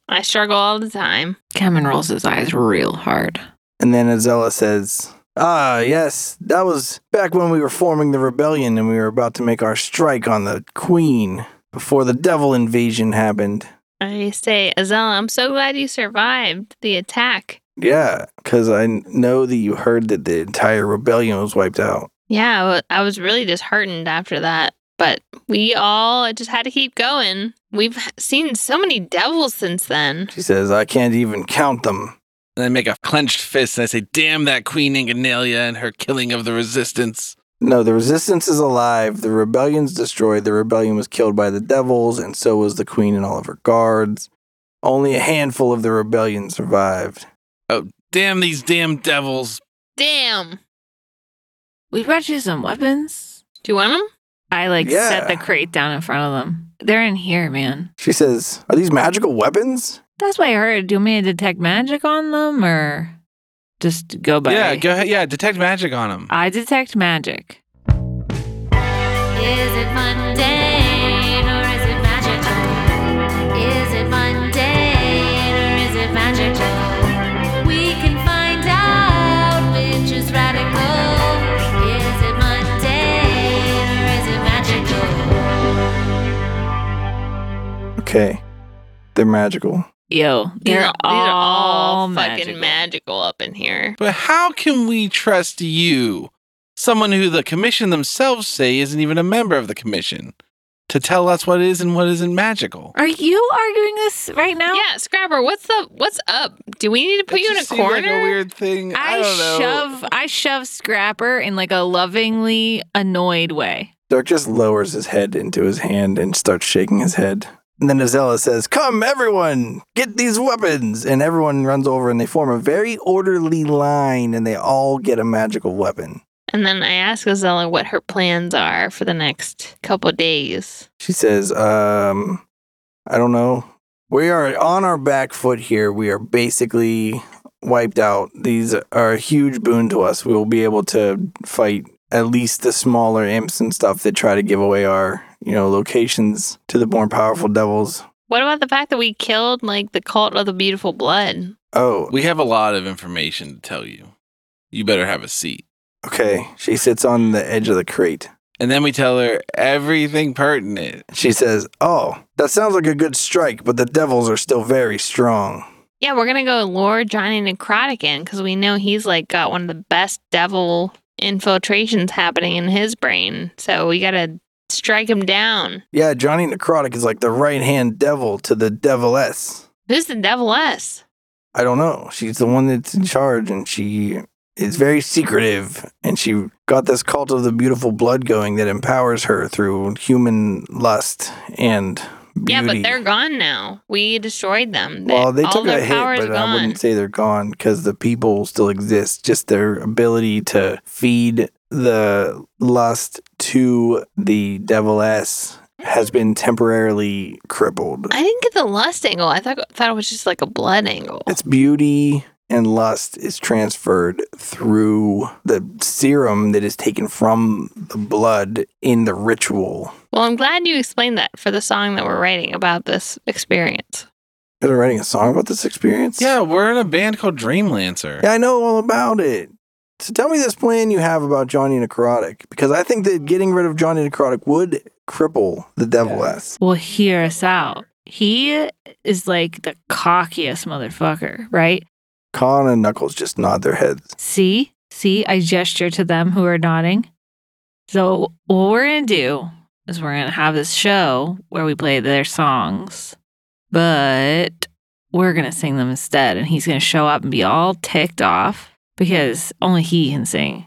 [SPEAKER 3] I struggle all the time.
[SPEAKER 5] Cameron rolls his eyes real hard.
[SPEAKER 2] And then Azella says, Ah, yes, that was back when we were forming the rebellion and we were about to make our strike on the Queen before the devil invasion happened.
[SPEAKER 3] I say, Azella, I'm so glad you survived the attack.
[SPEAKER 2] Yeah, because I know that you heard that the entire rebellion was wiped out.
[SPEAKER 3] Yeah, I wa- I was really disheartened after that, but we all just had to keep going. We've seen so many devils since then.
[SPEAKER 2] She says, I can't even count them.
[SPEAKER 1] And I make a clenched fist and I say, damn that Queen Inganalia and her killing of the resistance.
[SPEAKER 2] No, the resistance is alive. The rebellion's destroyed. The rebellion was killed by the devils, and so was the queen and all of her guards. Only a handful of the rebellion survived.
[SPEAKER 1] Damn these damn devils.
[SPEAKER 3] Damn.
[SPEAKER 5] We brought you some weapons.
[SPEAKER 3] Do you want them?
[SPEAKER 5] I like set
[SPEAKER 2] Yeah.
[SPEAKER 5] the crate down in front of them. They're in here, man.
[SPEAKER 2] She says, Are these magical weapons?
[SPEAKER 5] That's what I heard. Do you want me to detect magic on them or just go by?
[SPEAKER 1] Yeah, go ahead. Yeah, detect magic on them.
[SPEAKER 5] I detect magic.
[SPEAKER 4] Is it mundane or is it magical? Is it mundane or is it magical? We can find out which is radical. Is it mundane or is it magical?
[SPEAKER 2] Okay, they're magical.
[SPEAKER 5] Yo,
[SPEAKER 3] These
[SPEAKER 5] they're
[SPEAKER 3] are- these are all
[SPEAKER 5] magical.
[SPEAKER 3] fucking magical up in here.
[SPEAKER 1] But how can we trust you, someone who the commission themselves say isn't even a member of the commission, to tell us what is and what isn't magical?
[SPEAKER 5] Are you arguing this right now?
[SPEAKER 3] Yeah, Scrapper, what's the what's up? Do we need to put
[SPEAKER 1] That
[SPEAKER 3] you in a
[SPEAKER 1] just seemed
[SPEAKER 3] corner?
[SPEAKER 1] Like a weird thing. I,
[SPEAKER 5] I,
[SPEAKER 1] don't know.
[SPEAKER 5] shove I shove Scrapper in like a lovingly annoyed way.
[SPEAKER 2] Dirk just lowers his head into his hand and starts shaking his head. And then Azella says, Come, everyone, get these weapons. And everyone runs over and they form a very orderly line and they all get a magical weapon.
[SPEAKER 3] and then I ask Azella what her plans are for the next couple days.
[SPEAKER 2] She says, um, I don't know. We are on our back foot here. We are basically wiped out. These are a huge boon to us. We will be able to fight at least the smaller imps and stuff that try to give away our, you know, locations to the more powerful devils.
[SPEAKER 3] What about the fact that we killed like the cult of the beautiful blood?
[SPEAKER 2] Oh,
[SPEAKER 1] We have a lot of information to tell you. You better have a seat.
[SPEAKER 2] okay. She sits on the edge of the crate.
[SPEAKER 1] And then we tell her everything pertinent.
[SPEAKER 2] She says, Oh, that sounds like a good strike, but the devils are still very strong.
[SPEAKER 3] Yeah, we're gonna go lure Johnny Necrotic in because we know he's like got one of the best devil infiltrations happening in his brain. So we got to strike him down.
[SPEAKER 2] Yeah, Johnny Necrotic is like the right hand devil to the deviless.
[SPEAKER 3] Who's the deviless?
[SPEAKER 2] I don't know. She's the one that's in charge and she is very secretive and she got this cult of the beautiful blood going that empowers her through human lust and beauty.
[SPEAKER 3] Yeah, but they're gone now. We destroyed them.
[SPEAKER 2] well, they
[SPEAKER 3] all
[SPEAKER 2] took
[SPEAKER 3] their
[SPEAKER 2] a hit,
[SPEAKER 3] power is
[SPEAKER 2] but I
[SPEAKER 3] gone.
[SPEAKER 2] wouldn't say they're gone because the people still exist. Just their ability to feed the lust to the deviless has been temporarily crippled.
[SPEAKER 3] I didn't get the lust angle. I thought thought it was just like a blood angle.
[SPEAKER 2] Its beauty and lust is transferred through the serum that is taken from the blood in the ritual.
[SPEAKER 3] Well, I'm glad you explained that for the song that we're writing about this experience.
[SPEAKER 2] Is are writing a song about this experience?
[SPEAKER 1] Yeah, we're in a band called Dreamlancer.
[SPEAKER 2] Yeah, I know all about it. So tell me this plan you have about Johnny Necrotic, because I think that getting rid of Johnny Necrotic would cripple the Deviless.
[SPEAKER 5] will hear us out. He is like the cockiest motherfucker, right?
[SPEAKER 2] Khan and Knuckles just nod their heads.
[SPEAKER 5] See? See, I gesture to them who are nodding. So, what we're going to do is we're going to have this show where we play their songs, but we're going to sing them instead. And he's going to show up and be all ticked off because only he can sing,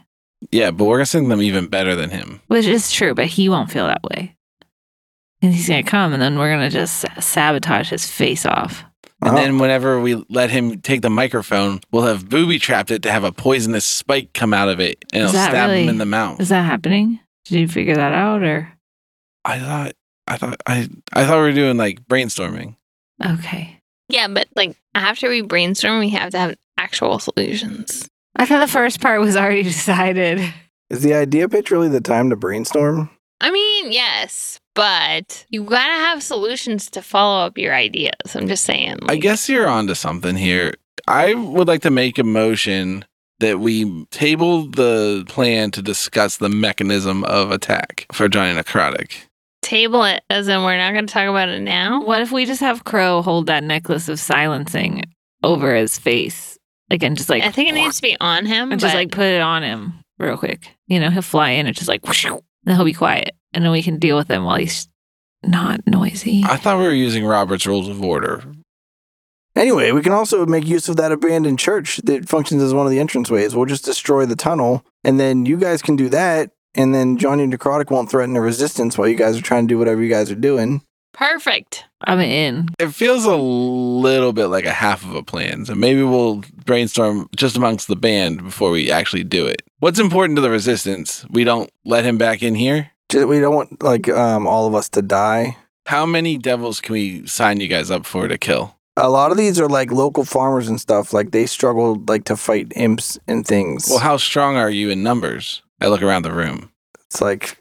[SPEAKER 1] Yeah, but we're gonna sing them even better than him.
[SPEAKER 5] which is true, but he won't feel that way. And he's going to come and then we're going to just sabotage his face off.
[SPEAKER 1] And
[SPEAKER 2] Oh.
[SPEAKER 1] then whenever we let him take the microphone, we'll have booby trapped it to have a poisonous spike come out of it, and
[SPEAKER 5] Is
[SPEAKER 1] it'll
[SPEAKER 5] that
[SPEAKER 1] stab
[SPEAKER 5] really-
[SPEAKER 1] him in the mouth.
[SPEAKER 5] Is that happening? Did you figure that out or?
[SPEAKER 1] I thought, I thought, I, I thought we were doing like brainstorming.
[SPEAKER 5] Okay.
[SPEAKER 3] Yeah, but like after we brainstorm, we have to have actual solutions.
[SPEAKER 5] I thought the first part was already decided.
[SPEAKER 2] Is the idea pitch really the time to brainstorm?
[SPEAKER 3] I mean, yes, but you gotta have solutions to follow up your ideas. I'm just saying.
[SPEAKER 1] I
[SPEAKER 3] like-
[SPEAKER 1] guess you're onto something here. I would like to make a motion that we table the plan to discuss the mechanism of attack for Johnny Necrotic.
[SPEAKER 3] table it as in we're not going to talk about it now
[SPEAKER 5] What if we just have Crow hold that necklace of silencing over his face? Like, and just like,
[SPEAKER 3] i think it needs to be on him
[SPEAKER 5] and just
[SPEAKER 3] but-
[SPEAKER 5] like put it on him real quick. You know, he'll fly in and just like, whoosh, then he'll be quiet. And then we can deal with him while he's not noisy.
[SPEAKER 1] I thought we were using Robert's Rules of Order.
[SPEAKER 2] Anyway, we can also make use of that abandoned church that functions as one of the entranceways. We'll just destroy the tunnel, and then you guys can do that, and then Johnny Necrotic won't threaten the resistance while you guys are trying to do whatever you guys are doing.
[SPEAKER 3] perfect
[SPEAKER 5] I'm in.
[SPEAKER 1] It feels a little bit like a half of a plan, so maybe we'll brainstorm just amongst the band before we actually do it. What's important to the Resistance? We don't let him back in here.
[SPEAKER 2] Ju- We don't want like um, all of us to die.
[SPEAKER 1] How many devils can we sign you guys up for to kill?
[SPEAKER 2] A lot of these are like local farmers and stuff. Like they struggle like to fight imps and things.
[SPEAKER 1] Well, how strong are you in numbers? I look around the room.
[SPEAKER 2] it's like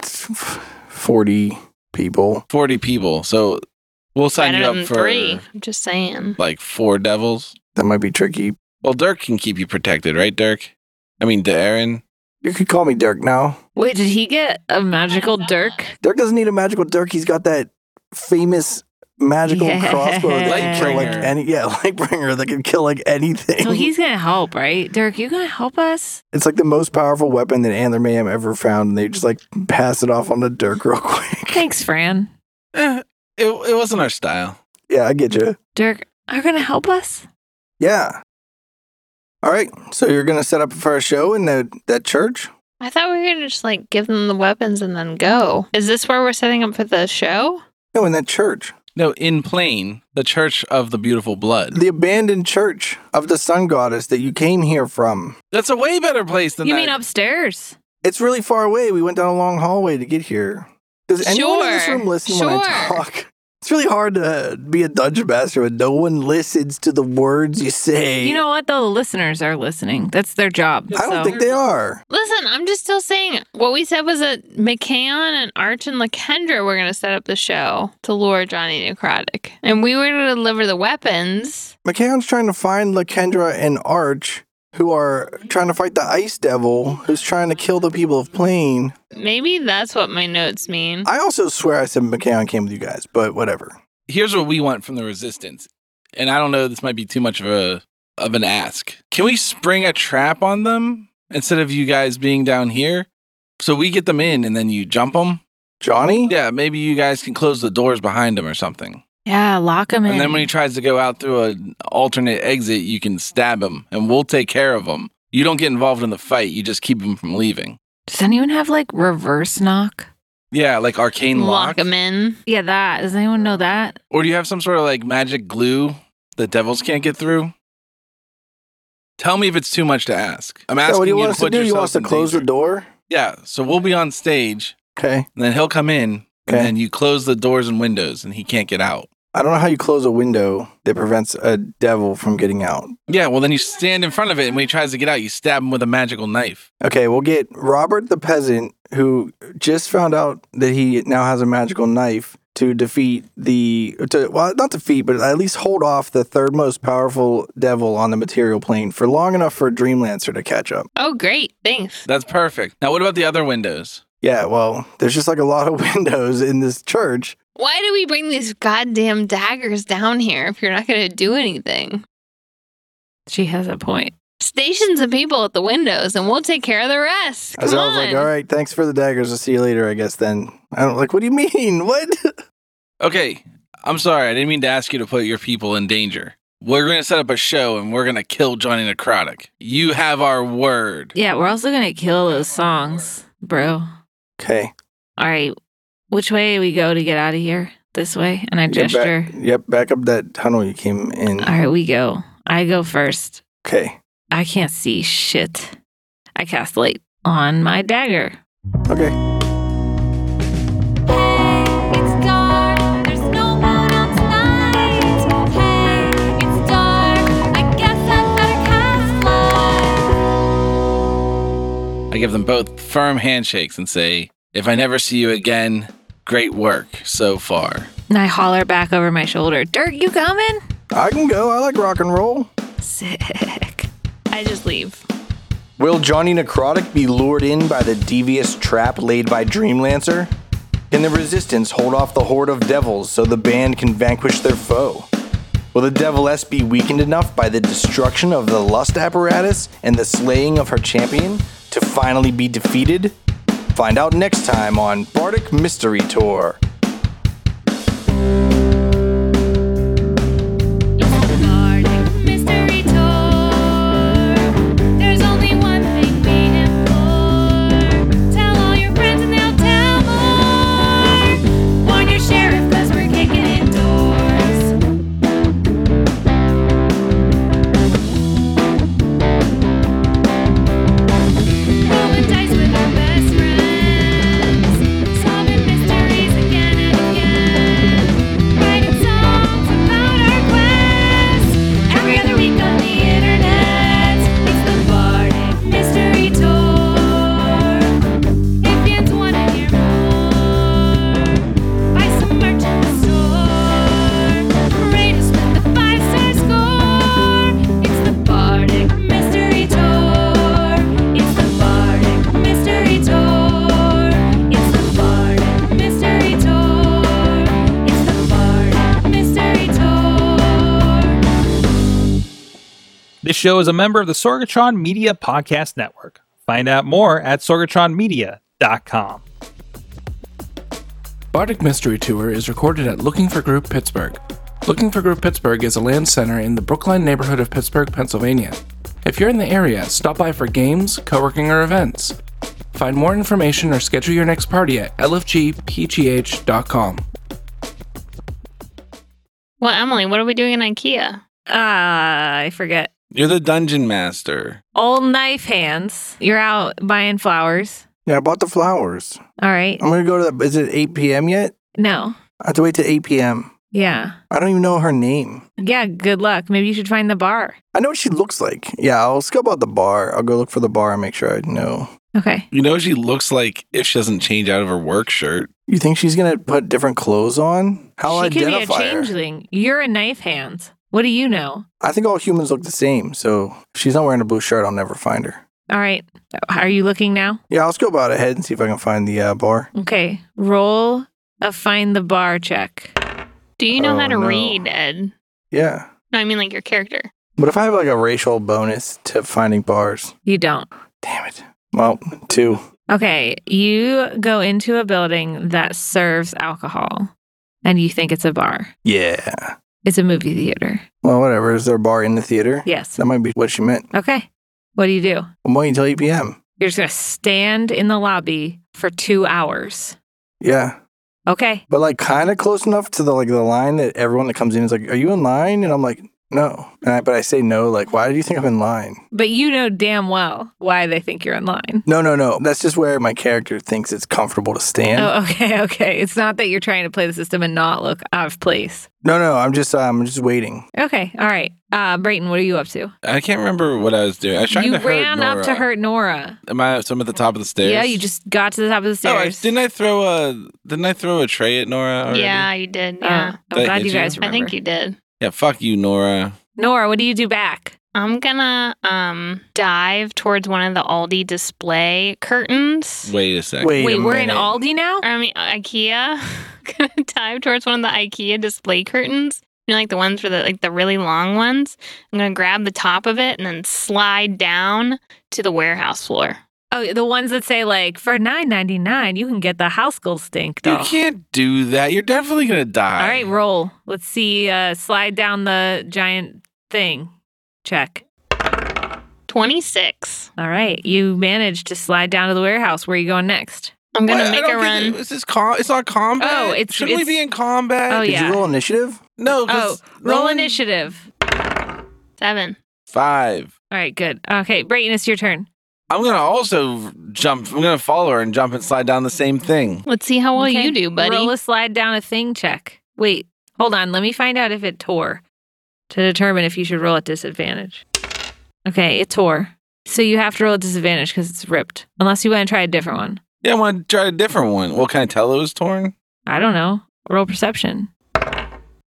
[SPEAKER 2] forty people.
[SPEAKER 1] 40 people. So we'll sign
[SPEAKER 3] better
[SPEAKER 1] you
[SPEAKER 3] than
[SPEAKER 1] up for
[SPEAKER 3] three i'm just saying
[SPEAKER 1] like four devils.
[SPEAKER 2] That might be tricky.
[SPEAKER 1] Well, Dirk can keep you protected, right, Dirk? I mean, Darren.
[SPEAKER 2] You could call me Dirk now.
[SPEAKER 5] Wait, did he get a magical dirk?
[SPEAKER 2] Dirk doesn't need a magical Dirk. He's got that famous magical
[SPEAKER 5] Yeah.
[SPEAKER 2] crossbow that can kill like
[SPEAKER 1] Lightbringer.
[SPEAKER 2] any yeah lightbringer that can kill like anything.
[SPEAKER 5] So he's gonna help, right? Dirk, you gonna help us?
[SPEAKER 2] it's like the most powerful weapon that Antler Mayhem ever found, and they just like pass it off on the Dirk real quick.
[SPEAKER 5] Thanks, Fran.
[SPEAKER 1] Eh, it, it wasn't our style.
[SPEAKER 2] yeah, I get you.
[SPEAKER 5] Dirk, are you gonna help us?
[SPEAKER 2] Yeah. All right. So you're gonna set up for a show in that that church?
[SPEAKER 3] i thought we were going to just like give them the weapons and then go is this where we're setting up for the show
[SPEAKER 2] No, in that church,
[SPEAKER 1] No, in plain, the Church of the Beautiful Blood.
[SPEAKER 2] the abandoned church of the sun goddess that you came here from.
[SPEAKER 1] That's a way better place than
[SPEAKER 5] you
[SPEAKER 1] that.
[SPEAKER 5] mean upstairs?
[SPEAKER 2] It's really far away. We went down a long hallway to get here. Does anyone in this
[SPEAKER 3] Sure,
[SPEAKER 2] room listen when I
[SPEAKER 3] sure.
[SPEAKER 2] talk? It's really hard to be a dungeon master when no one listens to the words you say.
[SPEAKER 5] You know what? though? The listeners are listening. That's their job.
[SPEAKER 2] I don't
[SPEAKER 5] so-
[SPEAKER 2] think they are.
[SPEAKER 3] listen i'm just still saying what we said was that mccann and arch and lakendra were going to set up the show to lure johnny necrotic and we were going to deliver the weapons
[SPEAKER 2] McCown's trying to find Lakendra and Arch, who are trying to fight the Ice Devil, who's trying to kill the people of Plain.
[SPEAKER 3] maybe that's what my notes mean
[SPEAKER 2] I also swear I said McCown came with you guys, but whatever.
[SPEAKER 1] Here's what we want from the Resistance. And I don't know, this might be too much of a of an ask. Can we spring a trap on them instead of you guys being down here. So we get them in and then you jump them.
[SPEAKER 2] Johnny?
[SPEAKER 1] Yeah, maybe you guys can close the doors behind him or something.
[SPEAKER 5] Yeah, lock him in.
[SPEAKER 1] And then when he tries to go out through an alternate exit, you can stab him and we'll take care of him. You don't get involved in the fight, you just keep him from leaving.
[SPEAKER 5] Does anyone have like reverse knock?
[SPEAKER 1] Yeah, like arcane
[SPEAKER 3] Lock
[SPEAKER 1] lock.
[SPEAKER 3] them in.
[SPEAKER 5] Yeah, that. Does anyone know that?
[SPEAKER 1] Or do you have some sort of like magic glue that devils can't get through? Tell me if it's too much to ask. I'm asking
[SPEAKER 2] So what do you want
[SPEAKER 1] to
[SPEAKER 2] us to
[SPEAKER 1] put
[SPEAKER 2] do? You
[SPEAKER 1] yourself
[SPEAKER 2] want us to
[SPEAKER 1] in
[SPEAKER 2] close
[SPEAKER 1] danger.
[SPEAKER 2] the door?
[SPEAKER 1] Yeah, so we'll be on stage
[SPEAKER 2] Okay.
[SPEAKER 1] and then he'll come in
[SPEAKER 2] Okay.
[SPEAKER 1] and then you close the doors and windows and he can't get out.
[SPEAKER 2] I don't know how you close a window that prevents a devil from getting out.
[SPEAKER 1] Yeah, well then you stand in front of it and when he tries to get out, you stab him with a magical knife.
[SPEAKER 2] Okay, we'll get Robert the peasant who just found out that he now has a magical knife to defeat the to well not defeat but at least hold off the third most powerful devil on the material plane for long enough for Dreamlancer to catch up.
[SPEAKER 3] Oh, great. Thanks.
[SPEAKER 1] That's perfect. Now what about the other windows?
[SPEAKER 2] Yeah, well, there's just like a lot of windows in this church.
[SPEAKER 3] Why do we bring these goddamn daggers down here if you're not going to do anything?
[SPEAKER 5] She has a point.
[SPEAKER 3] Station some people at the windows and we'll take care of the rest. Come
[SPEAKER 2] As I
[SPEAKER 3] on.
[SPEAKER 2] was like, all right, thanks for the daggers. I'll see you later, I guess then. I don't like what do you mean? What?
[SPEAKER 1] Okay, I'm sorry, I didn't mean to ask you to put your people in danger. We're gonna set up a show and we're gonna kill Johnny Necrotic. You have our word.
[SPEAKER 5] Yeah, we're also gonna kill those songs, bro.
[SPEAKER 2] Okay.
[SPEAKER 5] All right, which way we go to get out of here? This way, and I
[SPEAKER 2] Get
[SPEAKER 5] gesture.
[SPEAKER 2] Back, yep, back up that tunnel you came in.
[SPEAKER 5] All right, we go. I go first.
[SPEAKER 2] Okay.
[SPEAKER 5] I can't see shit. I cast light on my dagger.
[SPEAKER 2] Okay.
[SPEAKER 4] Hey, it's dark. There's no moon outside. Hey, it's dark. I guess I better cast light.
[SPEAKER 1] I give them both firm handshakes and say, If I never see you again, great work so far.
[SPEAKER 5] And I holler back over my shoulder, Dirk, you coming?
[SPEAKER 2] I can go. I like rock and roll.
[SPEAKER 5] Sick.
[SPEAKER 3] I just leave.
[SPEAKER 9] Will Johnny Necrotic be lured in by the devious trap laid by Dreamlancer? Can the Resistance hold off the horde of devils so the band can vanquish their foe? Will the Deviless be weakened enough by the destruction of the Lust apparatus and the slaying of her champion to finally be defeated? Find out next time on Bardic Mystery Tour.
[SPEAKER 4] Mystery tour. There's only one thing we implore. Tell all your friends and they'll tell more. Warn your sheriff 'cause we're kicking in doors. Rolling dice with our best friends, solving mysteries again and again. Writing songs about our quests every other week on the internet. It's the Bardic Mystery Tour. If fans wanna hear more, buy some merch in the store. Rate us with a five-star score. It's the Bardic Mystery Tour. It's the Bardic Mystery Tour. It's the Bardic Mystery Tour. It's the Bardic Mystery Tour.
[SPEAKER 6] This show is a member of the Sorgatron Media Podcast Network. Find out more at sorgatronmedia.com.
[SPEAKER 10] Bardic Mystery Tour is recorded at Looking for Group Pittsburgh. Looking for Group Pittsburgh is a land center in the Brookline neighborhood of Pittsburgh, Pennsylvania. If you're in the area, stop by for games, co working, or events. Find more information or schedule your next party at lfgpgh.com.
[SPEAKER 3] Well, Emily, what are we doing in IKEA?
[SPEAKER 5] Ah, I forget.
[SPEAKER 1] You're the dungeon master.
[SPEAKER 5] Old knife hands. You're out buying flowers.
[SPEAKER 2] Yeah, I bought the flowers.
[SPEAKER 5] All right.
[SPEAKER 2] I'm gonna go to the. Is it 8 p.m. yet?
[SPEAKER 5] No.
[SPEAKER 2] I have to wait till 8 p.m.
[SPEAKER 5] Yeah.
[SPEAKER 2] I don't even know her name.
[SPEAKER 5] Yeah, good luck. Maybe you should find the bar.
[SPEAKER 2] I know what she looks like. Yeah, I'll scope out the bar. I'll go look for the bar and make sure I know.
[SPEAKER 5] Okay.
[SPEAKER 1] You know what she looks like if she doesn't change out of her work shirt.
[SPEAKER 2] You think she's gonna put different clothes on? How
[SPEAKER 5] she could be a
[SPEAKER 2] identify her?
[SPEAKER 5] changeling. You're a knife hands. What do you know?
[SPEAKER 2] I think all humans look the same, so if she's not wearing a blue shirt. I'll never find her.
[SPEAKER 5] All right. Are you looking now?
[SPEAKER 2] Yeah, I'll scope out ahead and see if I can find the uh, bar.
[SPEAKER 5] Okay. Roll a find the bar check.
[SPEAKER 3] Do you know
[SPEAKER 2] Oh,
[SPEAKER 3] how to
[SPEAKER 2] no.
[SPEAKER 3] read, Ed?
[SPEAKER 2] Yeah,
[SPEAKER 3] No, I mean like your character.
[SPEAKER 2] but if I have like a racial bonus to finding bars,
[SPEAKER 5] You don't.
[SPEAKER 2] Damn it. Well, two.
[SPEAKER 5] Okay, you go into a building that serves alcohol and you think it's a bar.
[SPEAKER 2] Yeah.
[SPEAKER 5] It's a movie theater.
[SPEAKER 2] Well, whatever. Is there a bar in the theater?
[SPEAKER 5] Yes.
[SPEAKER 2] That might be what she meant.
[SPEAKER 5] Okay. What do you do?
[SPEAKER 2] I'm waiting till 8 p.m.
[SPEAKER 5] You're just going to stand in the lobby for two hours.
[SPEAKER 2] Yeah.
[SPEAKER 5] Okay.
[SPEAKER 2] But like kind of close enough to the like the line that everyone that comes in is like, "Are you in line?" And I'm like, "No." And I, but I say no. Like, why do you think I'm in line?
[SPEAKER 5] But you know damn well why they think you're in line.
[SPEAKER 2] No, no, no. That's just where my character thinks it's comfortable to stand.
[SPEAKER 5] Oh, okay, okay. It's not that you're trying to play the system and not look out of place.
[SPEAKER 2] No, no. I'm just um, I'm just waiting.
[SPEAKER 5] Okay, all right. Uh, Brayton, what are you up to?
[SPEAKER 1] I can't remember what I was doing. I was trying
[SPEAKER 5] you
[SPEAKER 1] to hurt
[SPEAKER 5] ran up to
[SPEAKER 1] Nora.
[SPEAKER 5] hurt Nora.
[SPEAKER 1] Am I? So I'm at the top of the stairs.
[SPEAKER 5] Yeah, you just got to the top of the
[SPEAKER 1] Oh, I,
[SPEAKER 5] stairs.
[SPEAKER 1] didn't I throw a? Didn't I throw a tray at Nora? Already?
[SPEAKER 3] Yeah, you did.
[SPEAKER 5] Oh,
[SPEAKER 3] Yeah.
[SPEAKER 5] I'm
[SPEAKER 1] That
[SPEAKER 5] glad
[SPEAKER 1] hit
[SPEAKER 5] you
[SPEAKER 1] you?
[SPEAKER 5] guys
[SPEAKER 3] I
[SPEAKER 5] remember.
[SPEAKER 3] think you did.
[SPEAKER 1] Yeah. Fuck you, Nora.
[SPEAKER 5] Nora, what do you do back?
[SPEAKER 3] I'm gonna um dive towards one of the Aldi display curtains.
[SPEAKER 1] Wait a second.
[SPEAKER 2] Wait,
[SPEAKER 5] Wait,
[SPEAKER 2] a
[SPEAKER 5] we're in
[SPEAKER 2] minute.
[SPEAKER 5] Aldi now?
[SPEAKER 3] I mean uh, IKEA. gonna dive towards one of the IKEA display curtains. You know, like the ones for the like the really long ones. I'm gonna grab the top of it and then slide down to the warehouse floor.
[SPEAKER 5] Oh, the ones that say like for nine ninety nine, you can get the house gold stink
[SPEAKER 1] You
[SPEAKER 5] doll.
[SPEAKER 1] can't do that. You're definitely gonna die.
[SPEAKER 5] All right, roll. Let's see. Uh, slide down the giant thing. Check.
[SPEAKER 3] Twenty six.
[SPEAKER 5] All right, you managed to slide down to the warehouse. Where are you going next?
[SPEAKER 3] I'm gonna
[SPEAKER 1] What? I
[SPEAKER 3] make
[SPEAKER 1] don't
[SPEAKER 3] a
[SPEAKER 1] get
[SPEAKER 3] run.
[SPEAKER 1] it. Is this com- It's not combat.
[SPEAKER 5] Oh, it's-
[SPEAKER 1] shouldn't
[SPEAKER 5] it's-
[SPEAKER 1] we be in combat?
[SPEAKER 5] Oh,
[SPEAKER 1] Did
[SPEAKER 2] Did
[SPEAKER 5] yeah.
[SPEAKER 2] you roll initiative?
[SPEAKER 1] you- No.
[SPEAKER 5] Oh,
[SPEAKER 1] 'cause no
[SPEAKER 5] roll
[SPEAKER 1] one-
[SPEAKER 5] initiative.
[SPEAKER 3] Seven.
[SPEAKER 1] Five.
[SPEAKER 5] All right, good. Okay, Brayton, it's your turn.
[SPEAKER 1] I'm gonna also jump. I'm gonna follow her and jump and slide down the same thing.
[SPEAKER 3] Let's see how well
[SPEAKER 5] Okay.
[SPEAKER 3] you do, buddy.
[SPEAKER 5] Roll a slide down a thing check. Wait, hold on. Let me find out if it tore to determine if you should roll at disadvantage. Okay, it tore. So you have to roll at disadvantage because it's ripped. Unless you want to try a different one.
[SPEAKER 1] Yeah, I want to try a different one. Well, can I tell it was torn?
[SPEAKER 5] I don't know. Roll perception.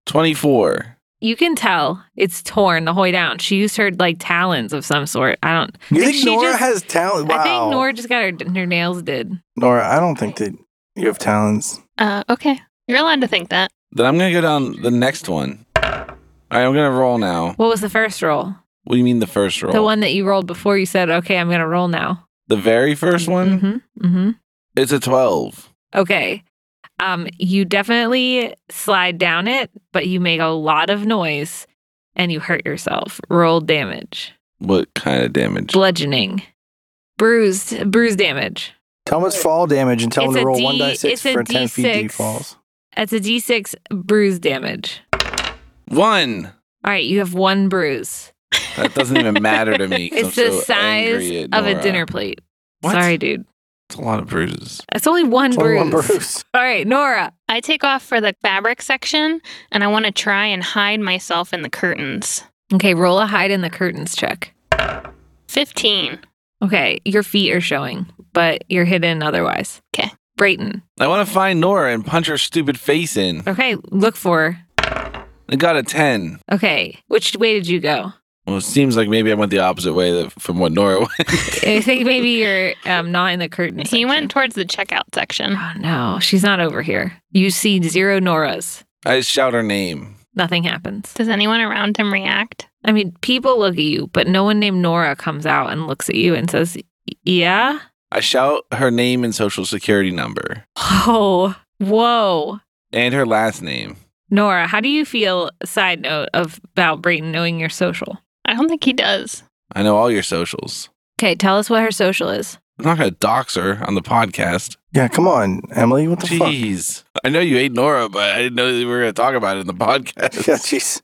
[SPEAKER 1] Twenty-four.
[SPEAKER 5] You can tell it's torn the whole way down. She used her like talons of some sort. I don't.
[SPEAKER 2] You
[SPEAKER 5] think
[SPEAKER 2] think,
[SPEAKER 5] she
[SPEAKER 2] Nora
[SPEAKER 5] just-
[SPEAKER 2] has talent? Wow.
[SPEAKER 5] I think Nora just got her her nails did.
[SPEAKER 2] Nora, I don't think that you have talents.
[SPEAKER 3] Uh, okay. You're allowed to think that.
[SPEAKER 1] Then I'm gonna go down the next one. All right, I'm gonna roll now.
[SPEAKER 5] What was the first roll?
[SPEAKER 1] What do you mean the first roll?
[SPEAKER 5] The one that you rolled before you said, "Okay, I'm gonna roll now."
[SPEAKER 1] The very first one.
[SPEAKER 5] Mm-hmm. Mm-hmm.
[SPEAKER 1] It's a twelve.
[SPEAKER 5] Okay. Um, you definitely slide down it, but you make a lot of noise and you hurt yourself. Roll damage.
[SPEAKER 1] What kind of damage?
[SPEAKER 5] Bludgeoning. Bruised bruise damage.
[SPEAKER 2] Tell them it's fall damage and tell
[SPEAKER 5] It's
[SPEAKER 2] them to
[SPEAKER 5] a
[SPEAKER 2] roll
[SPEAKER 5] D-
[SPEAKER 2] one die six
[SPEAKER 5] it's a
[SPEAKER 2] for 10 feet
[SPEAKER 5] D6.
[SPEAKER 2] falls.
[SPEAKER 5] That's a D6 bruise damage.
[SPEAKER 1] One.
[SPEAKER 5] All right, you have one bruise.
[SPEAKER 1] That doesn't even matter to me. 'cause
[SPEAKER 5] It's
[SPEAKER 1] I'm
[SPEAKER 5] the
[SPEAKER 1] so
[SPEAKER 5] size
[SPEAKER 1] angry at
[SPEAKER 5] of a
[SPEAKER 1] Nora.
[SPEAKER 5] dinner plate.
[SPEAKER 1] What?
[SPEAKER 5] Sorry, dude.
[SPEAKER 1] It's a lot of bruises.
[SPEAKER 5] That's only one,
[SPEAKER 2] It's only
[SPEAKER 5] bruise.
[SPEAKER 2] one bruise.
[SPEAKER 5] All right, Nora.
[SPEAKER 3] I take off for the fabric section and I want to try and hide myself in the curtains.
[SPEAKER 5] Okay, roll a hide in the curtains check.
[SPEAKER 3] 15.
[SPEAKER 5] Okay, your feet are showing, but you're hidden otherwise.
[SPEAKER 3] 'Kay.
[SPEAKER 5] Brayton.
[SPEAKER 1] I want to find Nora and punch her stupid face in.
[SPEAKER 5] Okay, look for her.
[SPEAKER 1] I got a ten.
[SPEAKER 5] Okay, which way did you go?
[SPEAKER 1] Well, it seems like maybe I went the opposite way that, from what Nora went.
[SPEAKER 5] I think maybe you're um, not in the curtain.
[SPEAKER 3] He
[SPEAKER 5] section.
[SPEAKER 3] went towards the checkout section.
[SPEAKER 5] Oh no, she's not over here. You see zero Noras.
[SPEAKER 1] I shout her name.
[SPEAKER 5] Nothing happens.
[SPEAKER 3] Does anyone around him react?
[SPEAKER 5] I mean, people look at you, but no one named Nora comes out and looks at you and says, "Yeah,
[SPEAKER 1] I shout her name and social security number
[SPEAKER 5] oh, whoa."
[SPEAKER 1] and her last name.
[SPEAKER 5] Nora, how do you feel? Side note of about Brayton knowing your social.
[SPEAKER 3] I don't think he does.
[SPEAKER 1] I know all your socials.
[SPEAKER 5] Okay, tell us what her social is.
[SPEAKER 1] I'm not going to dox her on the podcast.
[SPEAKER 2] Yeah, come on, Emily. What the fuck?
[SPEAKER 1] Jeez. I know you hate Nora, but I didn't know that we were going to talk about it in the podcast.
[SPEAKER 2] Yeah, jeez.